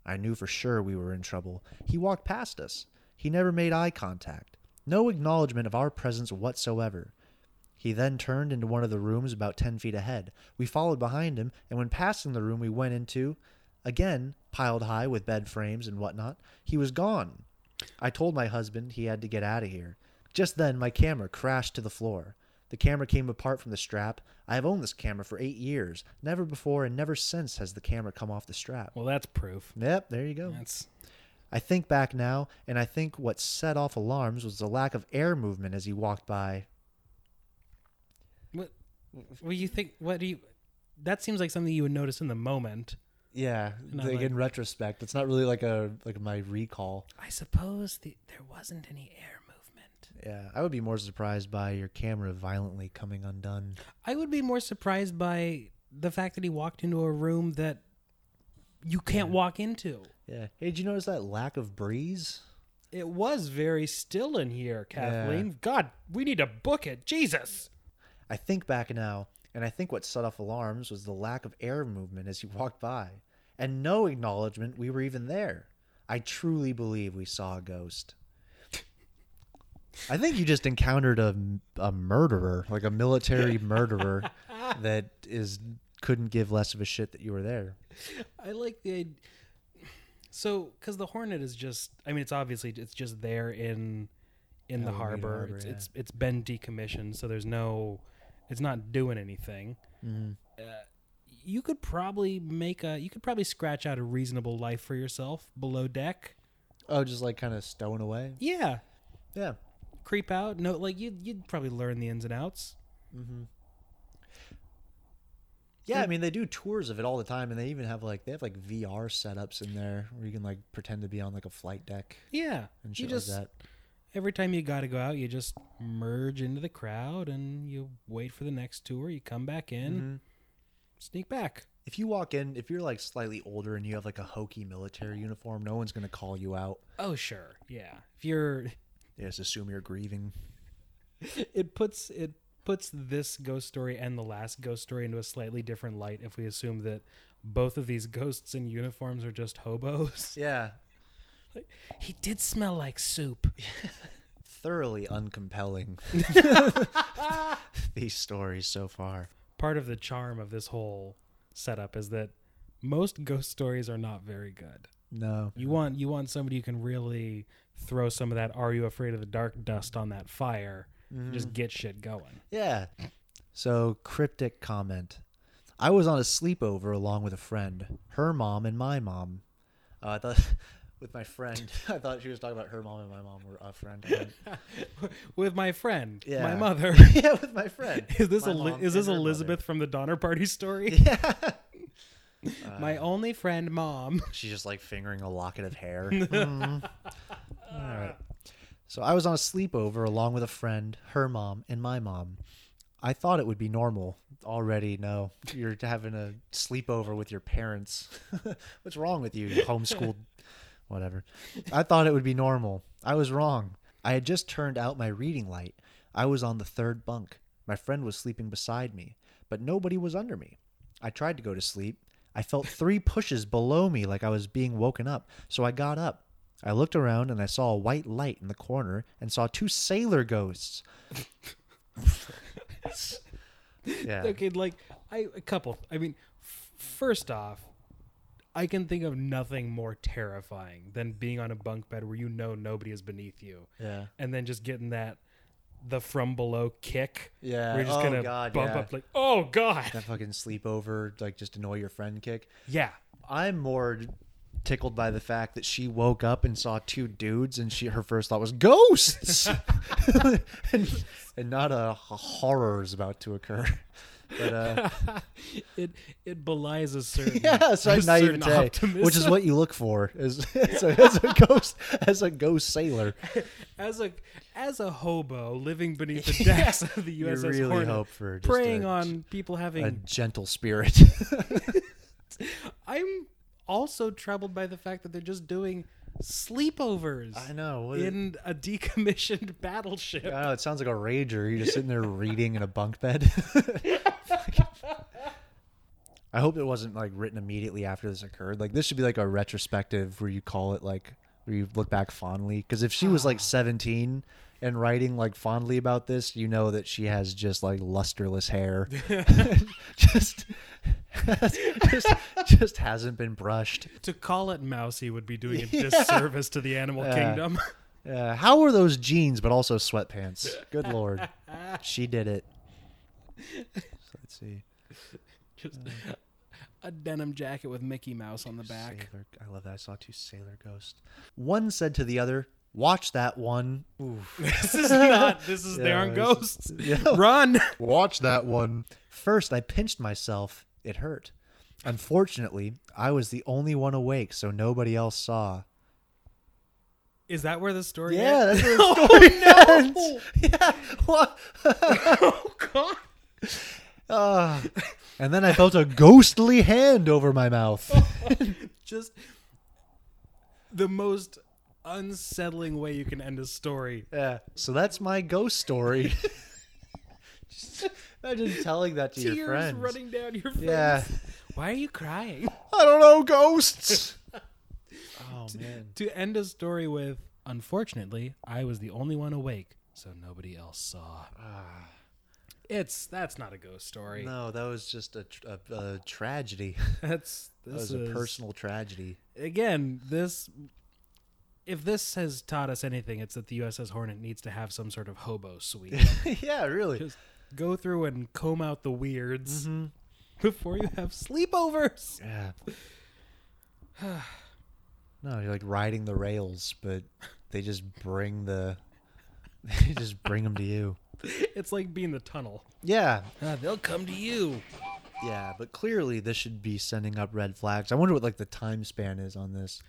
I knew for sure we were in trouble. He walked past us. He never made eye contact. No acknowledgement of our presence whatsoever. He then turned into one of the rooms about 10 feet ahead. We followed behind him, and when passing the room we went into, again piled high with bed frames and whatnot, he was gone. I told my husband he had to get out of here. Just then, my camera crashed to the floor. The camera came apart from the strap. I have owned this camera for eight years. Never before and never since has the camera come off the strap.
Well, that's proof.
Yep, there you go.
That's
I think back now, and I think what set off alarms was the lack of air movement as he walked by.
what. What do you think? What do you? That seems like something you would notice in the moment.
Yeah,
I'm like-
in retrospect, it's not really like a like my recall.
I suppose the, there wasn't any air movement.
Yeah, I would be more surprised by your camera violently coming undone.
I would be more surprised by the fact that he walked into a room that you can't walk into.
Yeah. Hey, did you notice that lack of breeze?
It was very still in here, Kathleen. God, we need to book it. Jesus.
I think back now, and I think what set off alarms was the lack of air movement as he walked by, and no acknowledgement we were even there. I truly believe we saw a ghost. I think you just encountered a, a murderer, like a military murderer that is couldn't give less of a shit that you were there.
I like the id- so because the Hornet is just. I mean, it's obviously it's just there in in the
Alameda
harbor.
Harbor,
it's,
yeah.
it's it's been decommissioned, so there's no. It's not doing anything.
Mm-hmm.
Uh, you could probably make a. You could probably scratch out a reasonable life for yourself below deck.
Oh, just like kind of stowing away.
Yeah,
Yeah.
creep out. No, like you you'd probably learn the ins and outs. Mm-hmm.
Yeah, I mean they do tours of it all the time, and they even have like they have like VR setups in there where you can like pretend to be on like a flight deck
Yeah,
and
you
shit
just
like that.
every time you got to go out, you just merge into the crowd and you wait for the next tour. You come back in, sneak back.
If you walk in, if you're like slightly older and you have like a hokey military uniform, no one's gonna call you out.
Oh sure, yeah. If you're,
They just assume you're grieving.
it puts it puts this ghost story and the last ghost story into a slightly different light if we assume that both of these ghosts in uniforms are just hobos.
Yeah,
He did smell like soup.
thoroughly uncompelling. These stories so far.
Part of the charm of this whole setup is that most ghost stories are not very good.
No.
You want you want somebody who can really throw some of that "Are you afraid of the dark?" dust on that fire, and
Mm-hmm.
just get shit going.
Yeah. So, cryptic comment. I was on a sleepover along with a friend, her mom and my mom. Uh, I thought, with my friend, I thought she was talking about her mom and my mom were a friend.
With my friend,
Yeah.
my mother.
yeah, with my friend.
Is this
My
Eli-
mom
is this
and her mother.
Elizabeth from the Donner Party story?
Yeah.
my only friend, mom.
She's just like fingering a locket of hair. Mm. All right. So I was on a sleepover along with a friend, her mom, and my mom. I thought it would be normal. Already, no. You're having a sleepover with your parents. What's wrong with you, you homeschooled? Whatever. I thought it would be normal. I was wrong. I had just turned out my reading light. I was on the third bunk. My friend was sleeping beside me, but nobody was under me. I tried to go to sleep. I felt three pushes below me like I was being woken up, so I got up. I looked around and I saw a white light in the corner and saw two sailor ghosts. yeah.
Okay, like I a couple. I mean, f- first off, I can think of nothing more terrifying than being on a bunk bed where you know nobody is beneath you.
Yeah.
and then just getting that the from below kick.
Yeah.
We're just
Oh,
gonna
God,
bump
yeah.
up like, oh god.
That fucking sleepover, like just annoy your friend kick.
Yeah.
I'm more tickled by the fact that she woke up and saw two dudes and she her first thought was ghosts and, and not a, a horror is about to occur but uh
It it belies a certain
yeah so
a certain
naivete which is
optimism.
what you look for as, as, a, as a ghost as a ghost sailor
as a as a hobo living beneath the decks of the
You
USS
really
Hornet,
hope for just
preying
a-
on people having.
a gentle spirit
I'm also troubled by the fact that they're just doing sleepovers.
i know what it,
In a decommissioned battleship.
I know, it sounds like a rager. You're just sitting there reading in a bunk bed. I hope it wasn't like written immediately after this occurred. Like this should be like a retrospective where you call it like where you look back fondly. Because if she was like 17 and writing like fondly about this, you know that she has just like lusterless hair. just, just just hasn't been brushed.
To call it mousy would be doing a disservice to the animal kingdom.
Uh, how are those jeans but also sweatpants? Good lord. She did it. So let's see.
Just a denim jacket with Mickey Mouse on the back.
Sailor, I love that. I saw two sailor ghosts. One said to the other, "Watch that one."
this is not. This is. they
Yeah,
aren't
it's-
ghosts.
Yeah.
Run.
Watch that one. First, I pinched myself. It hurt. Unfortunately, I was the only one awake, so nobody else saw.
Is that where the story?
Yeah,
ends?
that's where the story ends. Yeah. What?
oh God.
Ah. and then I felt a ghostly hand over my mouth.
Just the most unsettling way you can end a story.
yeah. So that's my ghost story. Just Imagine telling that to your
Tears
friends.
running down your face.
Yeah.
Why are you crying?
I don't know ghosts. oh man.
to end a story with, unfortunately, I was the only one awake, so nobody else saw. It's that's not a ghost story.
Ah. No, that was just a, tr- a, a tragedy.
That's
That
this
was
is
a personal tragedy.
again, this if this has taught us anything, it's that the USS Hornet needs to have some sort of hobo suite.
yeah, really.
Just go through and comb out the weirds
Mm-hmm.
before you have sleepovers.
yeah. no, you're like riding the rails, but they just bring the they just bring them to you.
It's like being the tunnel.
Yeah.
Ah, they'll come to you.
Yeah, but clearly this should be sending up red flags. I wonder what like the time span is on this.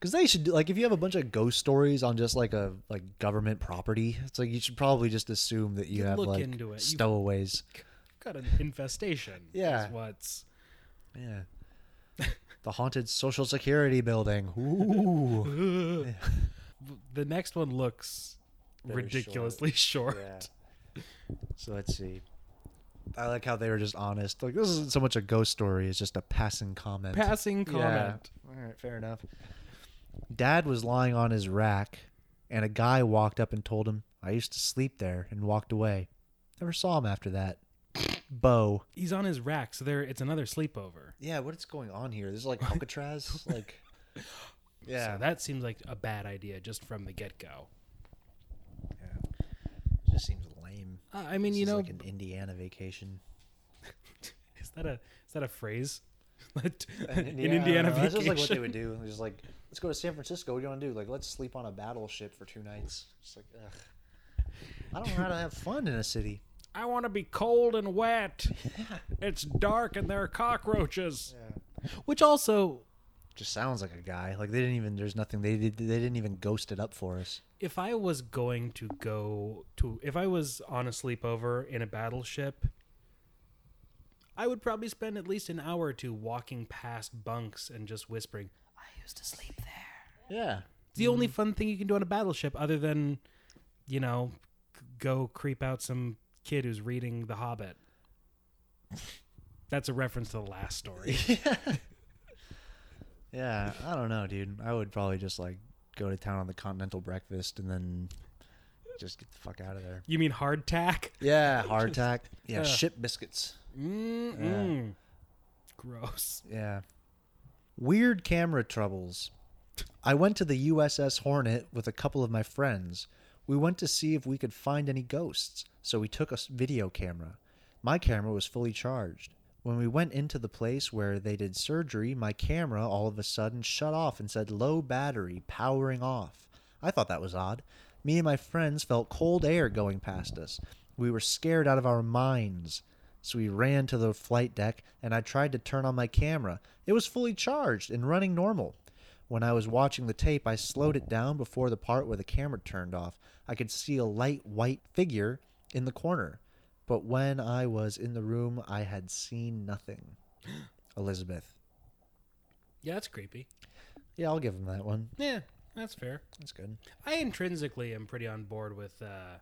Cuz they should do- like if you have a bunch of ghost stories on just like a like government property, it's like you should probably just assume that you
You
have
look
like
into it. You-
stowaways.
Got an infestation.
Yeah.
is what's
Yeah. the haunted social security building. Ooh.
Ugh. the next one looks
Very
ridiculously short.
So let's see. I like how they were just honest. Like this isn't so much a ghost story; it's just a passing comment.
Passing
Yeah.
comment.
All right, fair enough. Dad was lying on his rack, and a guy walked up and told him, "I used to sleep there," and walked away. Never saw him after that. Bo.
He's on his rack, so there it's another sleepover.
Yeah, what is going on here? This is like Alcatraz. like, yeah,
So that seems like a bad idea just from the get go.
just seems lame.
I mean, you know,
like an Indiana vacation.
is that a is that a phrase? Like, an Indiana
This
vacation.
is like what they would do. Just like, let's go to San Francisco. What do you want to do? Like, let's sleep on a battleship for two nights. Just like, ugh. I don't know how to have fun in a city.
I want to be cold and wet. it's dark and there are cockroaches. Which also,
Just sounds like a guy. Like they didn't even. There's nothing. They did. They didn't even ghost it up for us.
if I was going to go to, if I was on a sleepover in a battleship, I would probably spend at least an hour or two walking past bunks and just whispering. I used to sleep there.
Yeah.
It's the only fun thing you can do on a battleship, other than, you know, c- go creep out some kid who's reading The Hobbit. That's a reference to the last story.
Yeah. I don't know, dude. I would probably just like go to town on the continental breakfast and then just get the fuck out of there.
You mean hardtack?
Yeah. Hardtack. Yeah.
Yeah.
Ship biscuits.
Mm-mm. Mm-hmm. Gross.
Yeah. Weird camera troubles. I went to the USS Hornet with a couple of my friends. We went to see if we could find any ghosts, so we took a s- video camera. My camera was fully charged. When we went into the place where they did surgery, my camera all of a sudden shut off and said low battery, powering off. I thought that was odd. Me and my friends felt cold air going past us. We were scared out of our minds. So we ran to the flight deck and I tried to turn on my camera. It was fully charged and running normal. When I was watching the tape, I slowed it down before the part where the camera turned off. I could see a light white figure in the corner. But when I was in the room, I had seen nothing. Elizabeth.
Yeah, that's creepy.
Yeah, I'll give him that one.
Yeah, that's fair.
That's good.
I intrinsically am pretty on board with uh,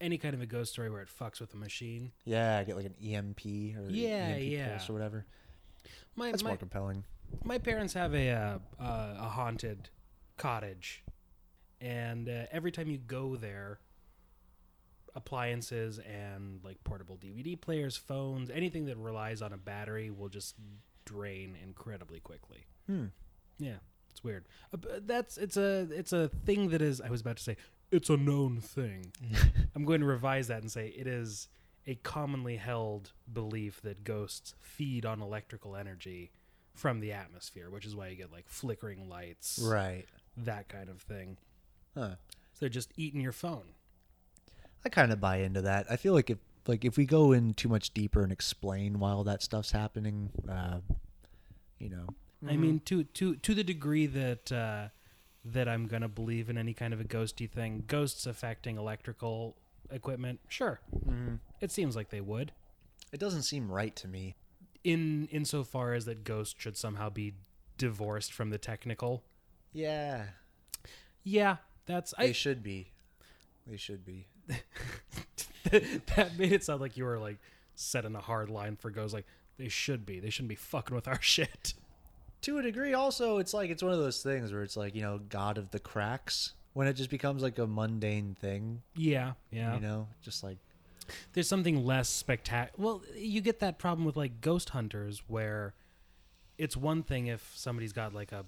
any kind of a ghost story where it fucks with the machine.
Yeah, I get like an EMP or
Yeah,
EMP
yeah.
pulse or whatever.
My
That's
my,
more compelling.
my parents have a uh, uh, a haunted cottage, and uh, every time you go there, appliances and like portable DVD players, phones, anything that relies on a battery will just drain incredibly quickly.
Hmm.
Yeah, it's weird. Uh, but that's it's a it's a thing that is. I was about to say it's a known thing. I'm going to revise that and say it is a commonly held belief that ghosts feed on electrical energy from the atmosphere, which is why you get like flickering lights,
Right.
that kind of thing.
Huh.
So they're just eating your phone.
I kind of buy into that. I feel like if like if we go in too much deeper and explain why all that stuff's happening, uh, you know,
I mean, to to to the degree that uh, that I'm gonna believe in any kind of a ghosty thing, ghosts affecting electrical equipment, sure. It seems like they would.
it doesn't seem right to me.
In insofar as that ghosts should somehow be divorced from the technical.
Yeah,
Yeah, that's I.
they should be. They should be.
that made it sound like you were like setting a hard line for ghosts. Like they should be. They shouldn't be fucking with our shit.
To a degree, also, it's like it's one of those things where it's like you know, God of the cracks. When it just becomes like a mundane thing,
Yeah, yeah.
you know, just like
there's something less spectacular. Well, you get that problem with like ghost hunters where it's one thing if somebody's got like a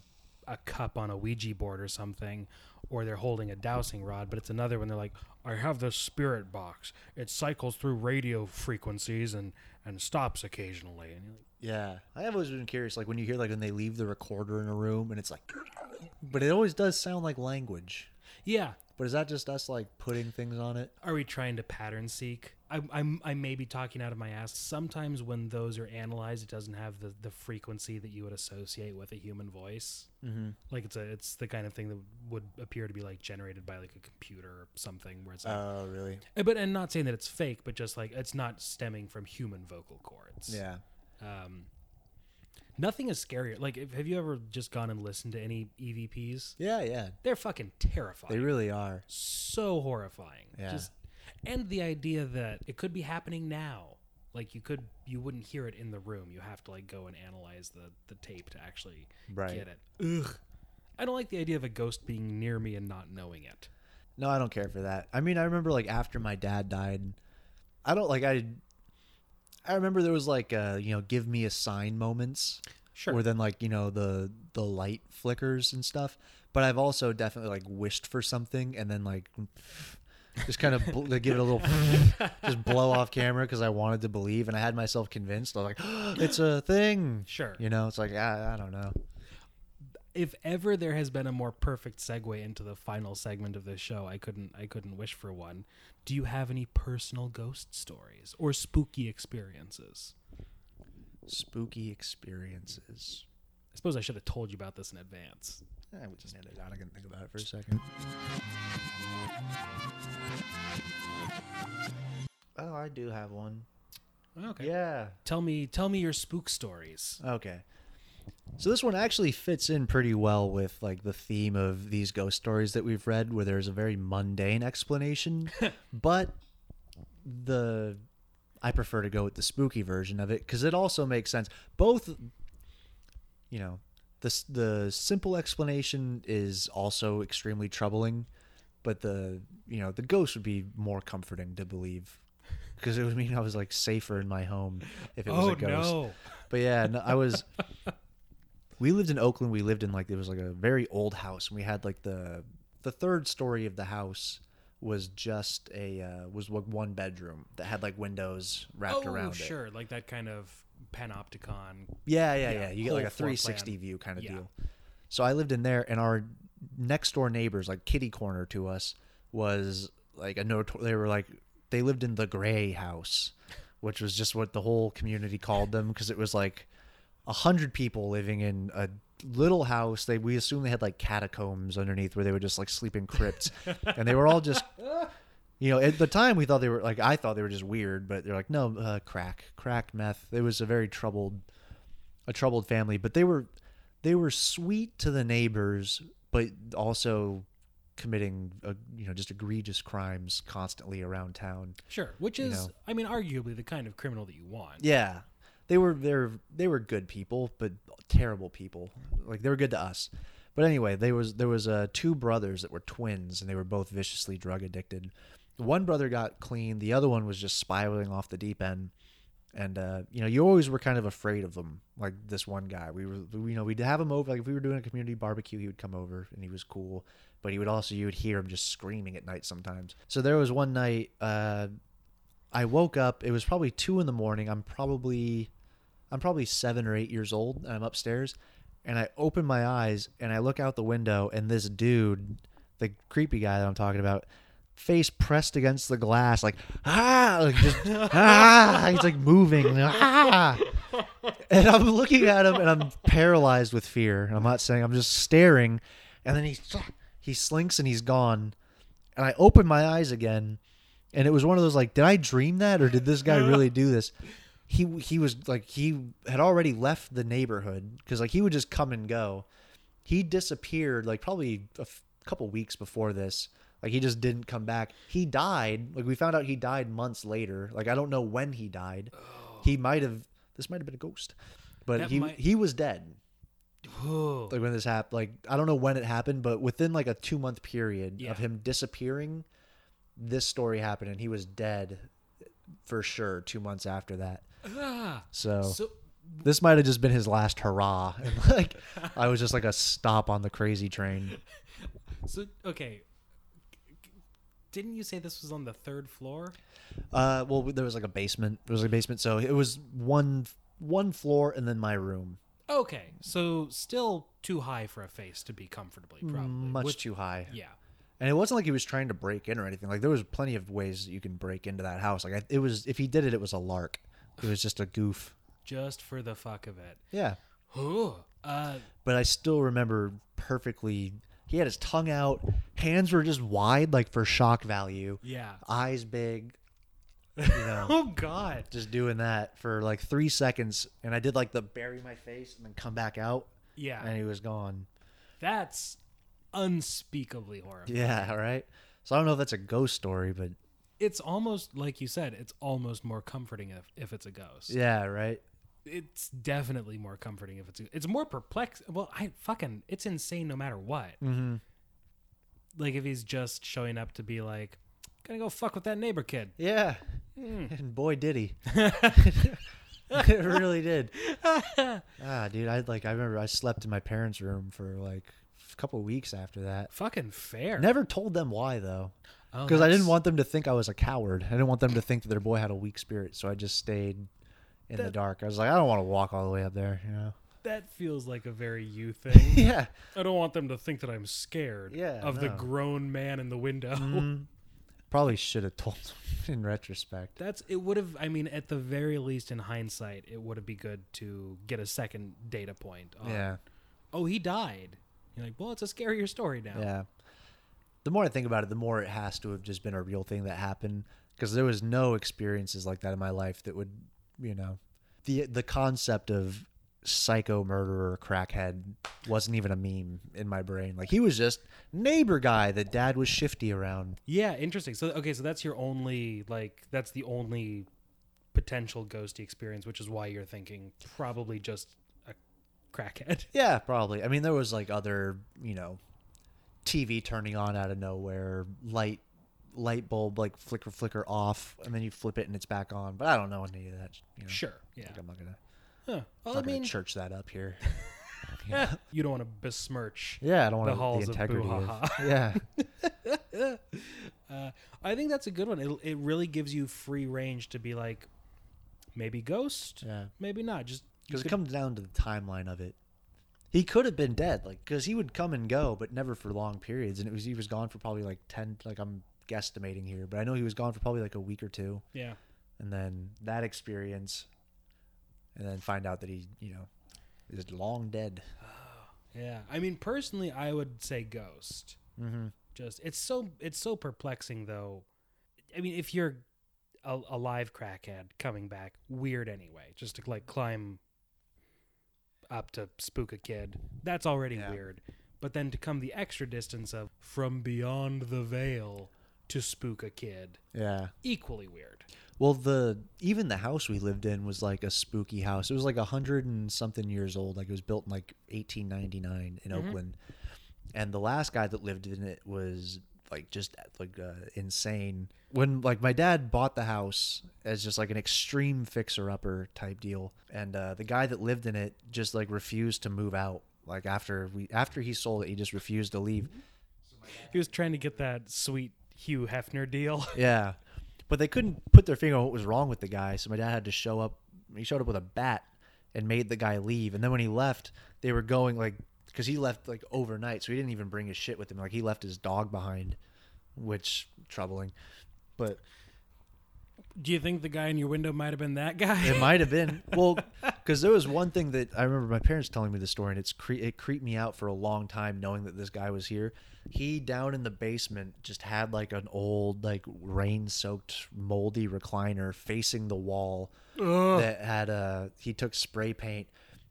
a cup on a Ouija board or something, or they're holding a dowsing rod, but it's another when they're like, I have this spirit box. It cycles through radio frequencies and and stops occasionally. And you're like,
Yeah, I have always been curious. Like when you hear like when they leave the recorder in a room, and it's like, but it always does sound like language.
yeah.
But is that just us like putting things on it?
Are we trying to pattern seek? I, I'm, I may be talking out of my ass. Sometimes when those are analyzed, it doesn't have the, the frequency that you would associate with a human voice.
Mm-hmm.
like it's a it's the kind of thing that would appear to be like generated by like a computer or something where it's like,
Oh, really?
Uh, but and not saying that it's fake but just like it's not stemming from human vocal cords
Yeah.
um nothing is scarier like if, have you ever just gone and listened to any evps
Yeah, yeah.
they're fucking terrifying
They really are.
so horrifying
Yeah.
just and the idea that it could be happening now like you could you wouldn't hear it in the room you have to like go and analyze the the tape to actually
Right.
get it ugh i don't like the idea of a ghost being near me and not knowing it
No, I don't care for that. I mean, I remember like after my dad died, I don't like I. I remember there was like uh you know give me a sign moments.
Sure.
Where then like you know the the light flickers and stuff. But I've also definitely like wished for something and then like just kind of bl- like, give it a little just blow off camera because I wanted to believe and I had myself convinced. I was like, it's a thing.
Sure.
You know, it's like I, I don't know.
if ever there has been a more perfect segue into the final segment of this show i couldn't i couldn't wish for one do you have any personal ghost stories or spooky experiences
Spooky experiences.
i suppose i should have told you about this in advance
I would just edit it out. I can think about it for a second. Oh, I do have one.
okay
Yeah.
tell me tell me your spook stories
Okay. So this one actually fits in pretty well with like the theme of these ghost stories that we've read, where there's a very mundane explanation, but the I prefer to go with the spooky version of it because it also makes sense. Both, you know, the s- the simple explanation is also extremely troubling, but the you know the ghost would be more comforting to believe because it would mean I was like safer in my home if it was
Oh,
a ghost. But yeah, no, I was. we lived in Oakland. We lived in like it was like a very old house, and we had like the the third story of the house was just a uh, was like one bedroom that had like windows wrapped
oh,
around it.
sure like that kind of panopticon
Yeah, yeah,
Yeah,
yeah. You get like
whole
a
floor plan.
360 view kind of
Yeah.
deal. So I lived in there, and our next door neighbors, like kitty corner to us, was like a no. They were like they lived in the gray house, which was just what the whole community called them because it was like a hundred people living in a little house. They we assumed they had like catacombs underneath where they would just like sleep in crypts, and they were all just. You know, at the time we thought they were like I thought they were just weird, but they're like no, uh, crack, crack, meth. It was a very troubled a troubled family, but they were they were sweet to the neighbors, but also committing uh, you know just egregious crimes constantly around town.
sure which
You
is
know.
i mean arguably the kind of criminal that you want
Yeah, they were they were they were good people, but terrible people. Like they were good to us, but anyway, they was there was uh, two brothers that were twins, and they were both viciously drug addicted. one brother got clean, the other one was just spiraling off the deep end. And uh, you know, you always were kind of afraid of them. Like this one guy, we were, we- you know, we'd have him over. Like if we were doing a community barbecue, he would come over, and he was cool. But he would also, you would hear him just screaming at night sometimes. So there was one night, uh, I woke up. It was probably two in the morning. I'm probably, I'm probably seven or eight years old, and I'm upstairs, and I open my eyes and I look out the window, and this dude, the creepy guy that I'm talking about, face pressed against the glass, like ah, like just ah, he's like moving, ah. And I'm looking at him, and I'm paralyzed with fear. I'm not saying I'm just staring, and then he he slinks and he's gone, and I open my eyes again, and it was one of those like, did I dream that or did this guy really do this? He he was like he had already left the neighborhood because like he would just come and go. He disappeared like probably a f- couple weeks before this. Like he just didn't come back. He died. Like we found out he died months later. Like I don't know when he died. He might have. This might have been a ghost, but
Oh. That
he
might-
he was dead
Whoa.
like when this happened like i don't know when it happened but within like a two month period
Yeah.
of him disappearing this story happened and he was dead for sure two months after that
Ah.
so,
So
this might have just been his last hurrah and like i was just like a stop on the crazy train
so okay. Didn't you say this was on the third floor?
uh well there was like a basement there was a basement so it was one one floor and then my room
Okay, so still too high for a face to be comfortably probably.
Mm, much
Which-
too high
Yeah.
And it wasn't like he was trying to break in or anything. Like there was plenty of ways that you can break into that house. Like I, it was, if he did it, it was a lark. It was just a goof.
Just for the fuck of it.
Yeah.
Ooh. Uh,
But I still remember perfectly. He had his tongue out. Hands were just wide, like for shock value.
yeah.
Eyes big. You know,
Oh God.
just doing that for like three seconds. And I did like the bury my face and then come back out, and
Yeah.
he was gone.
That's unspeakably horrible.
Yeah. All right. So I don't know if that's a ghost story, but
It's almost like you said. It's almost more comforting if, if it's a ghost.
yeah, right.
It's definitely more comforting if it's a, it's more perplex. Well, I fucking it's insane no matter what.
Mm-hmm.
Like if he's just showing up to be like, gonna go fuck with that neighbor kid.
Yeah.
Mm.
And boy, did he. it really did. Ah, dude, I like I remember I slept in my parents' room for like a couple weeks after that.
Fucking fair.
Never told them why though,
Oh,
because I didn't
that's-
want them to think I was a coward. I didn't want them to think that their boy had a weak spirit, so I just stayed in the
That-
dark. I was like, I don't want to walk all the way up there, you know.
That feels like a very you thing.
yeah.
I don't want them to think that I'm scared
Yeah,
of the
no.
grown man in the window.
Mm. probably should have told them in retrospect.
That's it would have I mean at the very least in hindsight it would have been good to get a second data point on
Yeah.
oh he died. You're like, "Well, it's a scarier story now."
Yeah. The more I think about it, the more it has to have just been a real thing that happened because there was no experiences like that in my life that would, you know, the the concept of psycho murderer crackhead wasn't even a meme in my brain. Like he was just neighbor guy that dad was shifty around.
Yeah, interesting. So okay, so that's your only like that's the only potential ghosty experience, which is why you're thinking probably just a crackhead.
Yeah, probably. I mean, there was like other, you know, TV turning on out of nowhere, light light bulb like flicker flicker off and then you flip it and it's back on but i don't know any of that you know.
Sure. Yeah.
Like, i'm not gonna
Huh. Well,
I'm
I
not
mean,
gonna church that up here.
you don't want to besmirch
Yeah, I don't
The
want
halls
the,
of
integrity. Of
brouhaha.
yeah,
Uh, I think that's a good one. It, it really gives you free range to be like, maybe ghost,
yeah.
maybe not. Just you
Because it
could-
comes down to the timeline of it. He could have been dead, like because he would come and go, but never for long periods. And it was he was gone for probably like ten. Like I'm guesstimating here, but I know he was gone for probably like a week or two,
yeah,
and then that experience, and then find out that he, you know, is long dead.
yeah. I mean, personally, I would say ghost.
Mm-hmm.
Just it's so it's so perplexing though. I mean, if you're a, a live crackhead coming back, weird anyway. Just to like climb up to spook a kid, that's already
Yeah.
weird. But then to come the extra distance of from beyond the veil to spook a kid,
Yeah.
equally weird.
Well, the even the house we lived in was like a spooky house. It was like a hundred and something years old. Like it was built in like 1899 in Oakland, and the last guy that lived in it was like just like uh, insane. When like my dad bought the house as just like an extreme fixer upper type deal, and uh, the guy that lived in it just like refused to move out. Like after we after he sold it, he just refused to leave.
He was trying to get that sweet Hugh Hefner deal.
Yeah. But they couldn't put their finger on what was wrong with the guy, so my dad had to show up. He showed up with a bat and made the guy leave. And then when he left, they were going like because he left like overnight, so he didn't even bring his shit with him. Like he left his dog behind, which troubling. But
Do you think the guy in your window might have been that guy?
it might have been well because there was one thing that I remember my parents telling me the story, and it's cre- it creeped me out for a long time knowing that this guy was here. He down in the basement just had like an old like rain soaked moldy recliner facing the wall that had a he took spray paint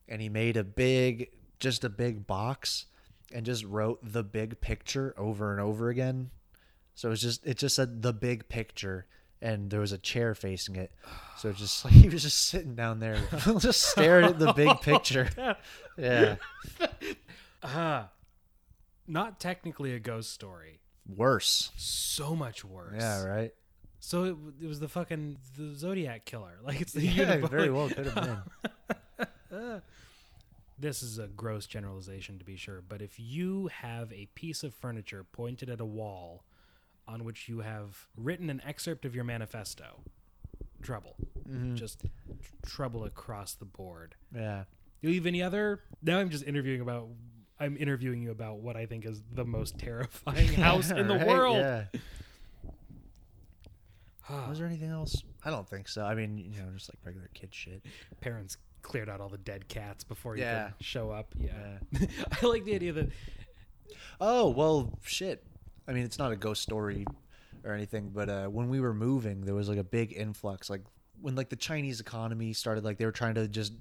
and he made a big just a big box and just wrote the big picture over and over again so it's just it just said the big picture, and there was a chair facing it. So it's just like he was just sitting down there, just staring at the
Oh,
big picture. Yeah,
Not technically a ghost story.
worse.
So much worse.
Yeah, right.
So it, it was the fucking the Zodiac killer. Like it's the
Yeah,
universe.
very well could have been.
This is a gross generalization to be sure, but if you have a piece of furniture pointed at a wall on which you have written an excerpt of your manifesto, trouble.
Mm-hmm.
Just tr- trouble across the board.
Yeah,
Do you have any other? Now I'm just interviewing about. I'm interviewing you about what I think is the most terrifying house in the
Right?
world. Ah,
Yeah. Was there anything else? I don't think so. I mean, you know, just like regular kid shit.
Parents cleared out all the dead cats before you
Yeah.
could show up. Yeah. I like the idea that
Oh well, shit. I mean, it's not a ghost story or anything, but uh, when we were moving, there was like a big influx. Like when like the Chinese economy started, like they were trying to just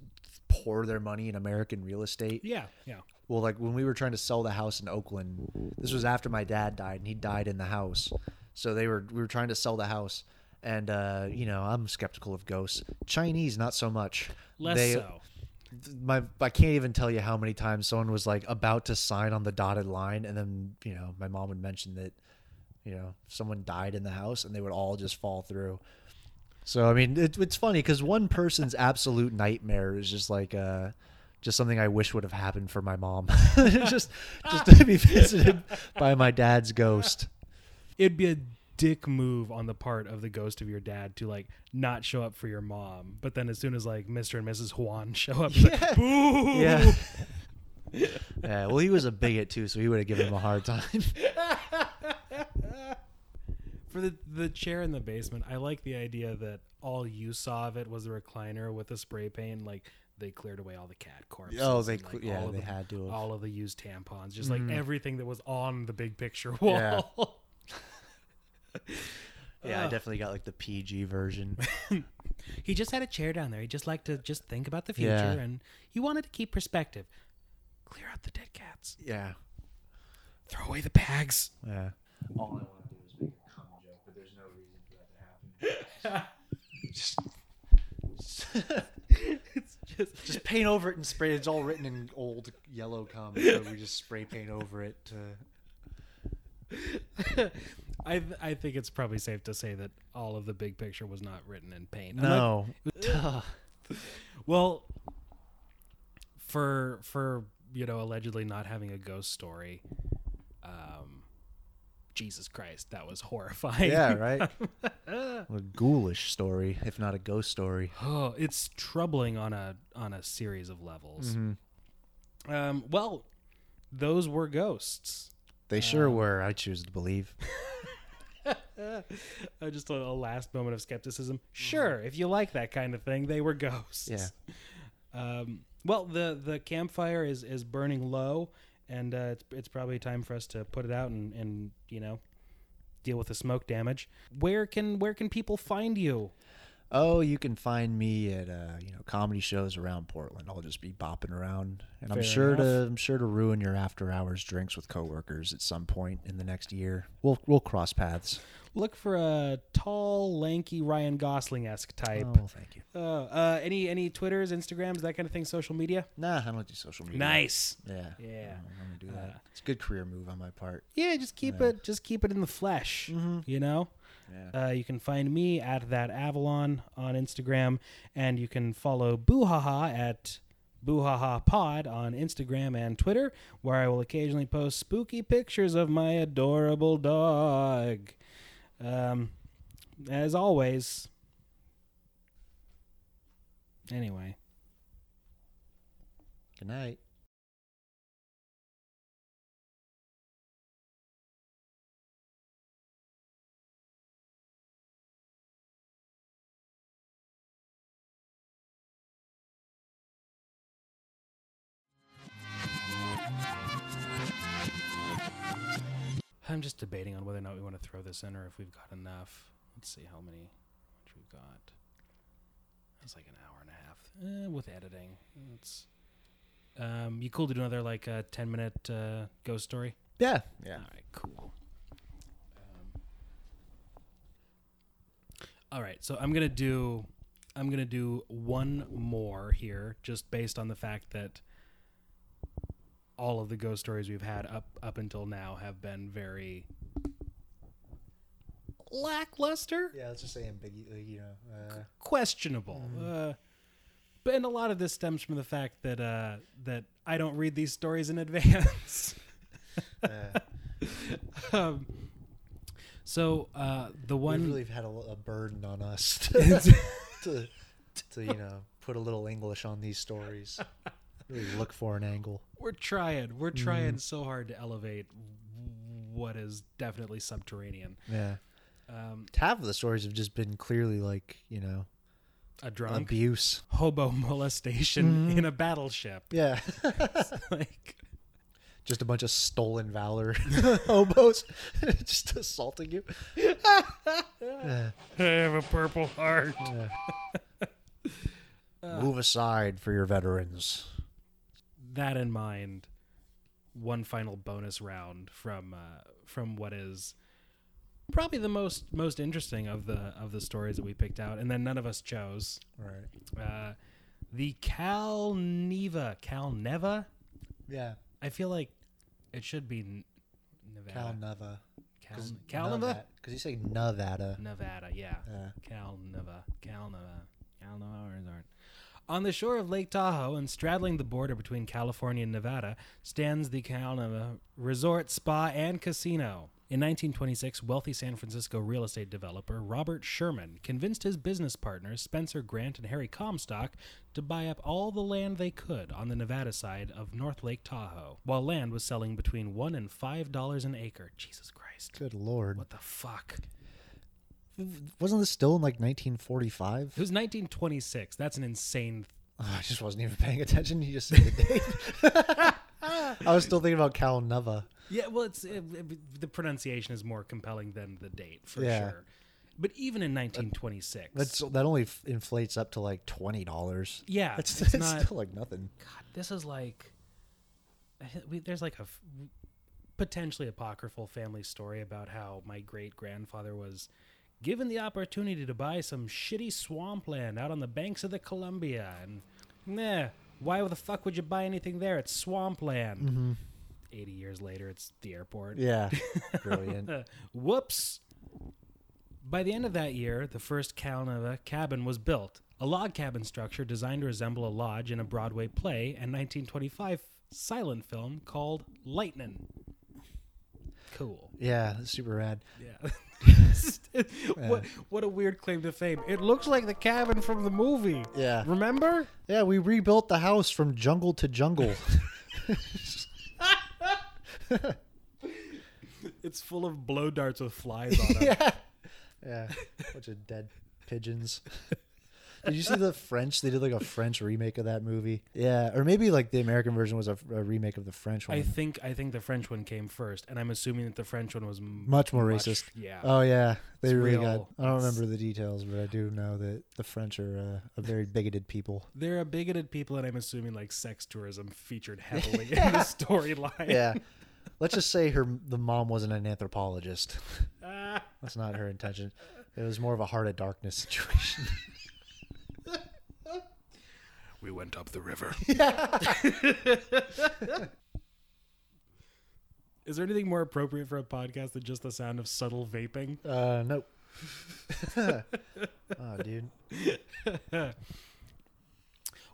pour their money in American real estate.
yeah, yeah.
Well, like when we were trying to sell the house in Oakland, this was after my dad died, and he died in the house. So they were we were trying to sell the house, and uh, you know I'm skeptical of ghosts. Chinese, not so much.
Less
They-
so.
my I can't even tell you how many times someone was like about to sign on the dotted line, and then you know my mom would mention that you know someone died in the house, and they would all just fall through. So I mean, it, it's funny because one person's absolute nightmare is just like uh, just something I wish would have happened for my mom, just just to be visited by my dad's ghost.
It'd be a dick move on the part of the ghost of your dad to like not show up for your mom, but then as soon as like Mr. and Mrs. Juan show up, yeah. like, boo.
Yeah. yeah. Well, he was a bigot too, so he would have given him a hard time.
For the the chair in the basement, I like the idea that all you saw of it was a recliner with a spray paint. Like they cleared away all the cat corpses.
Oh, they
and,
cle- yeah,
all of
they
the-
had to have. Mm.
all of the used tampons, just like everything that was on the big picture wall.
Yeah, I definitely got like the PG version.
he just had a chair down there. He just liked to just think about the future,
Yeah.
and he wanted to keep perspective. Clear out the dead cats.
yeah.
Throw away the bags.
Yeah. All I want to do is make a cum joke, but there's no reason for that to happen. just, just, paint over it and spray. It's all written in old yellow cum, so we just spray paint over it. To...
I th- I think it's probably safe to say that all of the big picture was not written in paint. I'm not-
No,
Well, for for you know allegedly not having a ghost story, um, Jesus Christ, that was horrifying.
yeah, right. a ghoulish story, if not a ghost story.
Oh, it's troubling on a on a series of levels.
Mm-hmm.
Um, well, those were ghosts.
They sure were. I choose to believe.
Uh, just a, a last moment of skepticism. Sure, if you like that kind of thing, they were ghosts.
Yeah.
Um, well, the the campfire is is burning low, and uh, it's it's probably time for us to put it out and and you know deal with the smoke damage. Where can where can people find you?
oh, you can find me at uh, you know comedy shows around Portland. I'll just be bopping around, and I'm
Fair
sure to
enough.
I'm sure to ruin your after hours drinks with coworkers at some point in the next year. We'll we'll cross paths.
Look for a tall, lanky Ryan Gosling esque type.
Oh, thank you.
Oh, uh, any any Twitters, Instagrams, that kind of thing, social media.
Nah, I don't do social media.
Nice.
Yeah.
Yeah.
I don't wanna do that. it's a good career move on my part.
Yeah, just keep it just keep it in the flesh. You know.
Yeah.
Uh, you can find me at that Avalon on Instagram, and you can follow Boohaha at Boohaha Pod on Instagram and Twitter, where I will occasionally post spooky pictures of my adorable dog. Um, as always. Anyway.
Good night.
I'm just debating on whether or not we want to throw this in or if we've got enough. Let's see how many which we've got. That's like an hour and a half eh, with editing. It's um, you cool to do another like uh, ten minute uh, ghost story?
Yeah. Yeah.
All right, cool. Um, all right, so I'm gonna do I'm gonna do one more here, just based on the fact that all of the ghost stories we've had up up until now have been very lackluster,
Yeah. Let's just say ambiguous. You know. Uh,
questionable. Uh, but and a lot of this stems from the fact that uh, that I don't read these stories in advance.
uh,
um, so uh, the one
we really had a, a burden on us to, to you know put a little English on these stories. Really look for an angle.
we're trying we're trying so hard to elevate what is definitely subterranean
Yeah.
um
Half of the stories have just been clearly like you know
a drunk
abuse.
hobo molestation in a battleship
Yeah.
like
just a bunch of stolen valor hobos just assaulting you.
i have a purple heart Uh,
Move aside for your veterans.
that in mind one final bonus round from uh from what is probably the most most interesting of the of the stories that we picked out and then none of us chose
Right.
uh the cal neva cal neva
Yeah.
I feel like it should be N-
Cal
Nevada.
Nova.
Cal, Cal, Calneva?
Because you say Nevada.
Nevada, yeah.
Yeah.
Calneva. Calneva. Calneva or aren't. On the shore of Lake Tahoe and straddling the border between California and Nevada stands the Calneva Resort, Spa, and Casino. In 1926, wealthy San Francisco real estate developer Robert Sherman convinced his business partners, Spencer Grant and Harry Comstock, to buy up all the land they could on the Nevada side of North Lake Tahoe, while land was selling between 1 and $5 an acre. Jesus Christ.
Good lord.
What the fuck?
Wasn't this still in like 1945?
It was 1926. That's an insane.
Oh, I just wasn't even paying attention. You just said the date. I was still thinking about Cal Nova.
yeah, well, it's it, it- the pronunciation is more compelling than the date for
Yeah.
sure. But even in 1926,
That's that only f- inflates up to like twenty dollars.
yeah,
That's,
it's
that's
not.
still like nothing.
God, this is like I think we, there's like a f- potentially apocryphal family story about how my great grandfather was given the opportunity to buy some shitty swampland out on the banks of the Columbia, and nah, why the fuck would you buy anything there? It's swampland. 80 years later, it's the airport.
Yeah, brilliant.
Uh, whoops. By the end of that year, the first Calneva cabin was built, a log cabin structure designed to resemble a lodge in a Broadway play and 1925 silent film called Lightning. Cool.
Yeah, that's super rad.
Yeah. what, what a weird claim to fame. It looks like the cabin from the movie.
Yeah.
Remember?
Yeah, we rebuilt the house from jungle to jungle.
It's full of blow darts with flies on it.
yeah, yeah, bunch of dead pigeons. Did you see the French? They did like a French remake of that movie. Yeah, or maybe like the American version was a, a remake of the French one.
I think I think the French one came first, and I'm assuming that the French one was m-
much more racist.
Yeah.
Oh yeah, they
It's
really
real.
got. I don't remember the details, but I do know that the French are uh, a very bigoted people.
They're a bigoted people, and I'm assuming like sex tourism featured heavily in the storyline.
Yeah. Let's just say her the mom wasn't an anthropologist.
Ah,
That's not her intention. It was more of a heart of darkness situation.
we went up the river. Is there anything more appropriate for a podcast than just the sound of subtle vaping?
Uh, nope. oh, dude.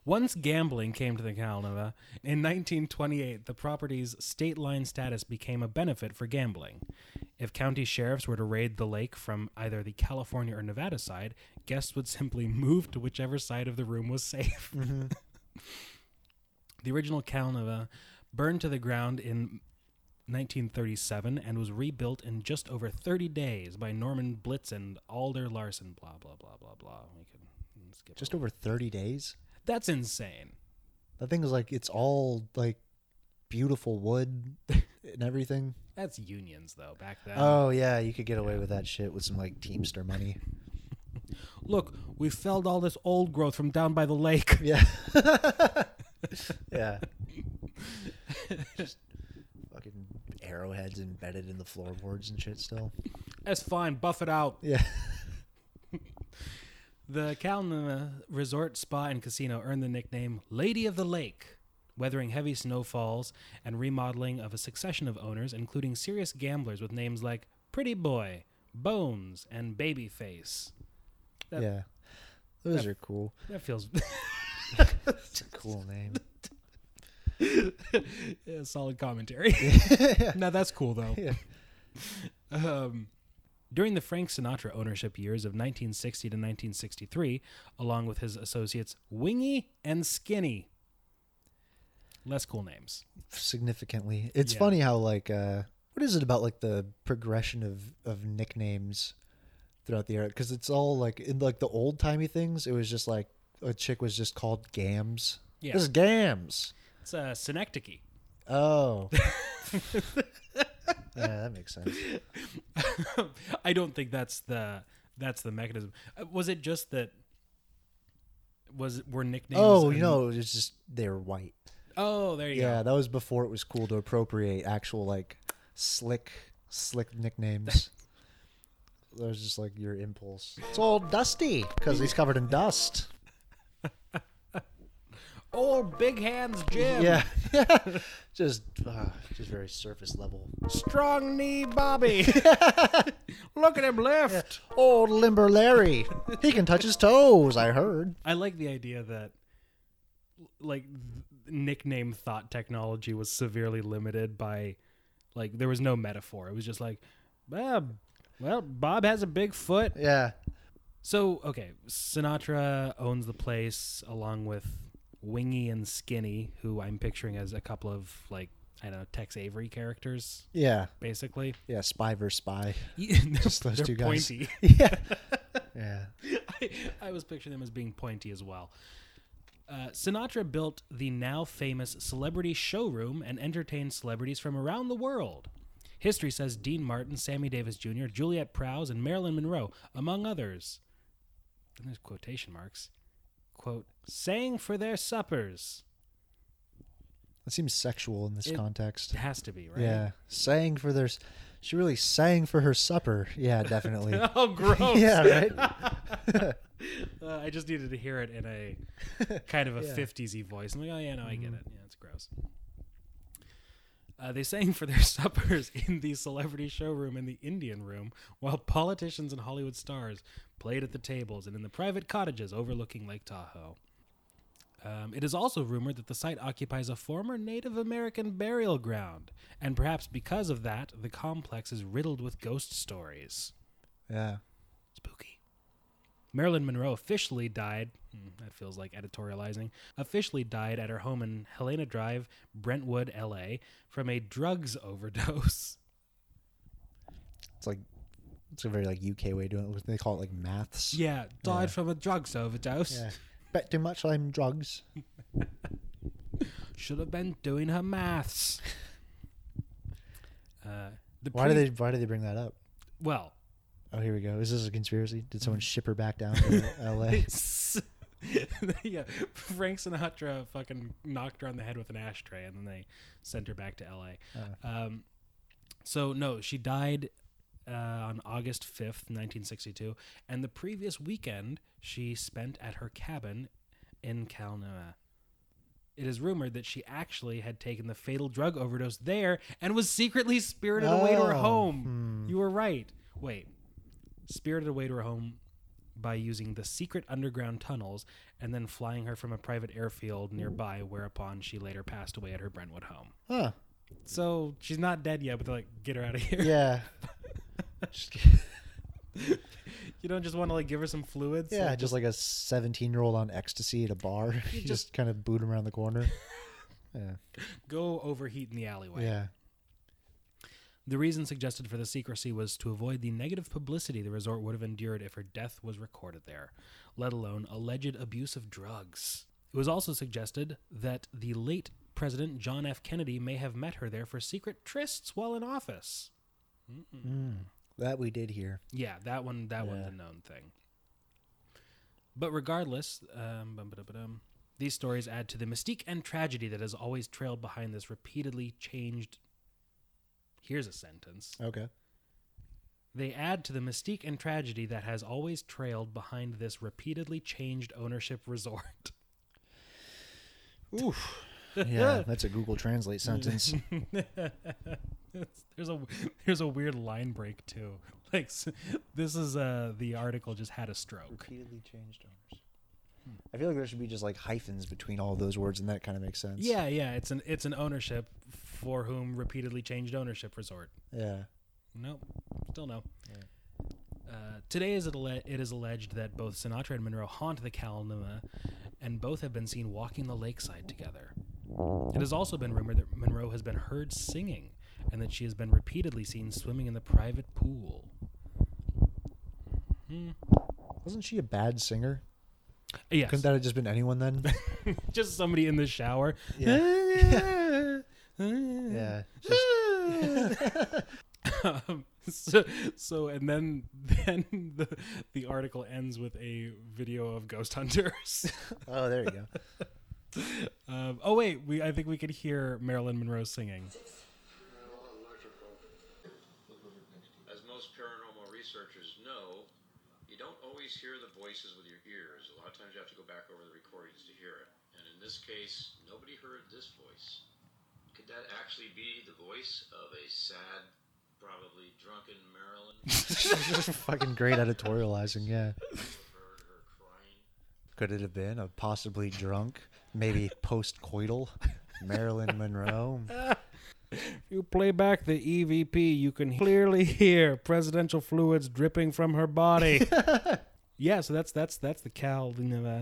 Once gambling came to the Calanova, in 1928, the property's state line status became a benefit for gambling. If county sheriffs were to raid the lake from either the California or Nevada side, guests would simply move to whichever side of the room was safe. the original Calanova burned to the ground in 1937 and was rebuilt in just over 30 days by Norman Blitz and Alder Larson. Blah blah blah blah blah. We could skip
Just over 30 days?
That's insane.
That thing is like, it's all like beautiful wood and everything.
That's unions though back then.
Oh, yeah. You could get away with that shit with some like Teamster money.
Look, we felled all this old growth from down by the lake.
Yeah. yeah. Just fucking arrowheads embedded in the floorboards and shit still.
That's fine, buff it out.
Yeah.
The Kalna Resort Spa and Casino earned the nickname Lady of the Lake, weathering heavy snowfalls and remodeling of a succession of owners, including serious gamblers with names like Pretty Boy, Bones, and Babyface. That-
yeah. Those are cool.
That feels
It's a cool name.
yeah, solid commentary. now that's cool though.
Yeah.
Um, during the Frank Sinatra ownership years of 1960 to 1963, along with his associates Wingy and Skinny, less cool names.
Significantly. It's
Yeah.
funny how like uh what is it about like the progression of of nicknames throughout the era cuz it's all like in like the old-timey things it was just like a chick was just called Gams.
Yeah.
This is Gams.
It's uh, synecdoche.
Oh. yeah, that makes sense.
I don't think that's the that's the mechanism. Uh, Was it just that? Was were nicknames?
Oh, you
and-
know, it's just they're white.
Oh, there you
Yeah,
go.
that was before it was cool to appropriate actual like slick, slick nicknames. that was just like your impulse. It's all dusty because he's covered in dust.
Oh, Big Hands Jim.
Yeah, just, uh, just very surface level.
Strong knee Bobby. Look at him lift.
Old limber Larry, he can touch his toes. I heard.
I like the idea that like th- nickname thought technology was severely limited by like there was no metaphor. It was just like, well, well, Bob has a big foot.
Yeah,
So okay, Sinatra owns the place along with Wingy and Skinny, who I'm picturing as a couple of like I don't know Tex Avery characters,
yeah,
basically.
yeah. Spy versus spy.
Just
those two guys.
pointy.
yeah, yeah.
I, I was picturing them as being pointy as well. Uh, Sinatra built the now famous Celebrity Showroom and entertained celebrities from around the world. History says Dean Martin, Sammy Davis Jr., Juliette Prowse, and Marilyn Monroe, among others. And there's quotation marks. Quote, sang for their suppers.
That seems sexual in this
It-
context.
It has to be, right?
Yeah, sang for their. She really sang for her supper. Yeah, definitely.
Oh, gross.
yeah, right.
Uh, I just needed to hear it in a kind of a
Yeah.
50s y voice. I'm like, oh, yeah, no, I get it. Yeah, it's gross. Uh, they sang for their suppers in the celebrity showroom in the Indian room, while politicians and Hollywood stars played at the tables and in the private cottages overlooking Lake Tahoe. Um, it is also rumored that the site occupies a former Native American burial ground, and perhaps because of that, the complex is riddled with ghost stories.
Yeah.
Spooky. Marilyn Monroe officially died. hmm, That feels like editorializing. Officially died at her home in Helena Drive, Brentwood, LA, from a drugs overdose.
It's like It's a very like UK way of doing it. They call it like maths.
Yeah, died
Yeah.
from a drugs overdose.
Yeah. Bet too much on drugs.
Should have been doing her maths. uh, the
Why do
pre-
they? Why do they bring that up?
Well,
Oh, here we go. Is this a conspiracy? Did someone ship her back down to L.A.?
yeah, Frank Sinatra fucking knocked her on the head with an ashtray, and then they sent her back to L.A.
Uh.
Um, so no, she died uh, on August fifth, nineteen sixty-two, and the previous weekend she spent at her cabin in Kalnua. It is rumored that she actually had taken the fatal drug overdose there and was secretly spirited away to her
Oh,
home. You were right. Wait, spirited away to her home by using the secret underground tunnels and then flying her from a private airfield nearby, whereupon she later passed away at her Brentwood home.
Huh.
So she's not dead yet, but they're like, get her out of here.
Yeah. Just-
You don't just want to like give her some fluids.
yeah,
Like,
just like a seventeen-year-old on ecstasy at a bar. You just,
just-
kind of boot him around the corner. Yeah.
go overheat in the alleyway.
Yeah.
The reason suggested for the secrecy was to avoid the negative publicity the resort would have endured if her death was recorded there, let alone alleged abuse of drugs. It was also suggested that the late President John F. Kennedy may have met her there for secret trysts while in office.
That we did here.
Yeah, that one. That one's
Yeah.
a known thing. But regardless, um, bum, ba-da, ba-dum, these stories add to the mystique and tragedy that has always trailed behind this repeatedly changed. Here's a sentence.
Okay.
They add to the mystique and tragedy that has always trailed behind this repeatedly changed ownership resort.
Oof. Yeah, that's a Google Translate sentence.
there's a there's a weird line break too. Like s- this is uh the article just had a stroke.
Repeatedly changed owners. I feel like there should be just like hyphens between all those words, and that kind of makes sense.
Yeah, yeah, it's an it's an ownership for whom repeatedly changed ownership resort.
Yeah.
Nope, still no. Uh, today is it, alle- it is alleged that both Sinatra and Monroe haunt the Kalanuma, and both have been seen walking the lakeside together. It has also been rumored that Monroe has been heard singing, and that she has been repeatedly seen swimming in the private pool.
Wasn't she a bad singer?
Yes,
Couldn't that have just been anyone then?
just somebody in the shower.
Yeah. yeah. Just,
um, so, so and then then the, the article ends with a video of ghost hunters.
oh, there you go.
um, oh wait, we I think we could hear Marilyn Monroe singing.
As most paranormal researchers know, you don't always hear the voices with your ears. A lot of times you have to go back over the recordings to hear it. And in this case, nobody heard this voice. Could that actually be the voice of a sad, probably drunken Marilyn?
Fucking great editorializing. Yeah.
heard her crying?
Could it have been a possibly drunk, maybe post-coital Marilyn Monroe?
You play back the EVP, you can clearly hear presidential fluids dripping from her body. yeah, so that's that's that's the Cal, uh,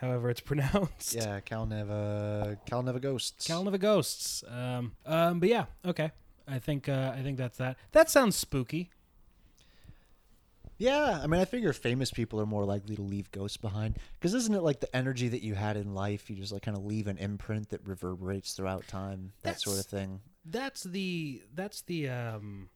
however it's pronounced.
Yeah, Calneva, Calneva ghosts.
Calanova Ghosts. Um, um, but yeah, okay. I think uh, I think that's that. That sounds spooky.
Yeah, I mean, I figure famous people are more likely to leave ghosts behind because isn't it like the energy that you had in life? You just like kind of leave an imprint that reverberates throughout time, that sort of
That's-
thing.
That's the that's the um,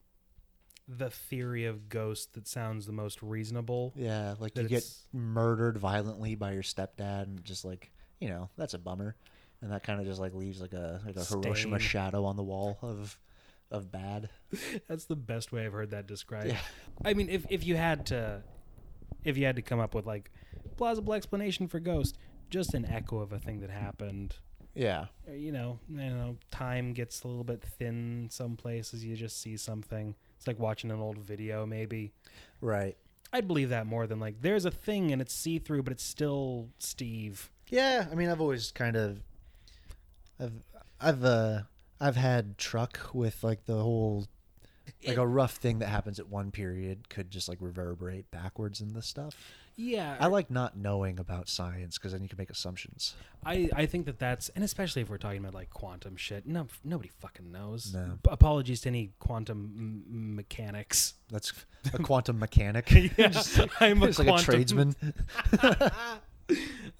the theory of ghosts that sounds the most reasonable.
Yeah, like
That
you get
it's-
murdered violently by your stepdad, and just like you know, that's a bummer, and that kind of just like leaves like a like a Hiroshima
Stain.
shadow on the wall of of bad.
That's the best way I've heard that described.
Yeah.
I mean, if if you had to, if you had to come up with like plausible explanation for ghost, just an echo of a thing that happened.
Yeah,
Or, You know, you know, time gets a little bit thin some places. You just see something. It's like watching an old video, maybe.
right.
I'd believe that more than like there's a thing and it's see through, but it's still Steve.
Yeah, I mean, I've always kind of, I've, I've, uh, I've had truck with like the whole, like a rough thing that happens at one period could just like reverberate backwards in the stuff.
yeah,
I like not knowing about science because then you can make assumptions.
I, I think that that's and especially if we're talking about like quantum shit, no nobody fucking knows.
No.
B- Apologies to any quantum m- mechanics.
That's a quantum mechanic.
Just- I'm a
It's like a
quantum-
tradesman.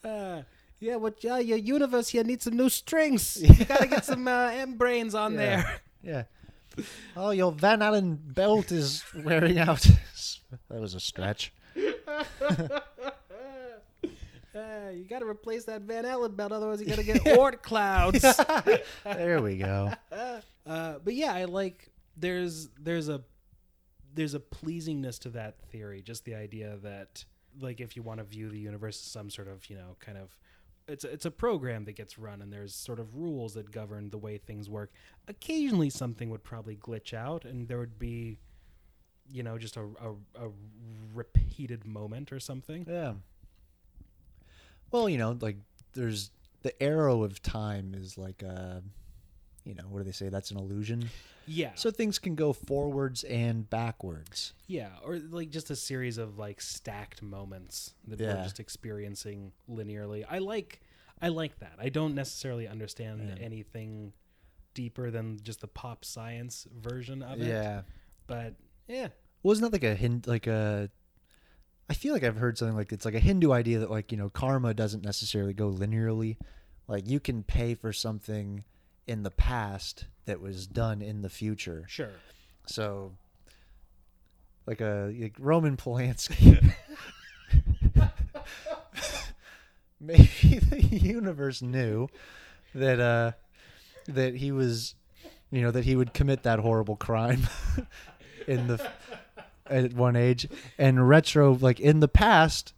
Uh, yeah, what? Uh, your universe here needs some new strings. You gotta get some uh, M brains on there.
Yeah. Oh, your Van Allen belt is wearing out. that was a stretch.
Uh, you gotta replace that Van Allen belt, otherwise you're gonna get Oort clouds.
There we go.
Uh, but yeah, I like there's there's a there's a pleasingness to that theory, just the idea that like if you want to view the universe as some sort of you know kind of it's a, it's a program that gets run and there's sort of rules that govern the way things work. Occasionally, something would probably glitch out, and there would be you know just a a, a repeated moment or something.
Yeah. Well, you know, like there's the arrow of time is like a, you know, what do they say? That's an illusion.
Yeah.
So things can go forwards and backwards.
Yeah, or like just a series of like stacked moments that we're
Yeah.
just experiencing linearly. I like I like that. I don't necessarily understand anything deeper than just the pop science version of it.
Yeah.
But yeah.
Wasn't that like a Hind like a? I feel like I've heard something like it's like a Hindu idea that like you know karma doesn't necessarily go linearly, like you can pay for something in the past that was done in the future.
Sure.
So, like a like Roman Polanski. Maybe the universe knew that uh, that he was, you know, that he would commit that horrible crime in the at one age, and retro like in the past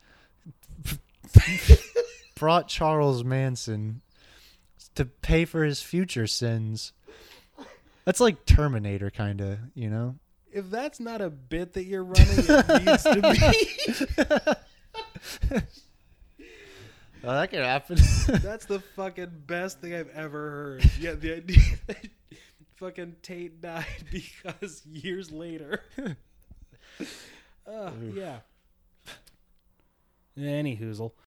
brought Charles Manson to pay for his future sins. That's like Terminator, kind of, you know.
If that's not a bit that you're running, it needs to be.
Well, that could happen.
That's the fucking best thing I've ever heard. Yeah, the idea that fucking Tate died because years later. uh, yeah. Any hoozle.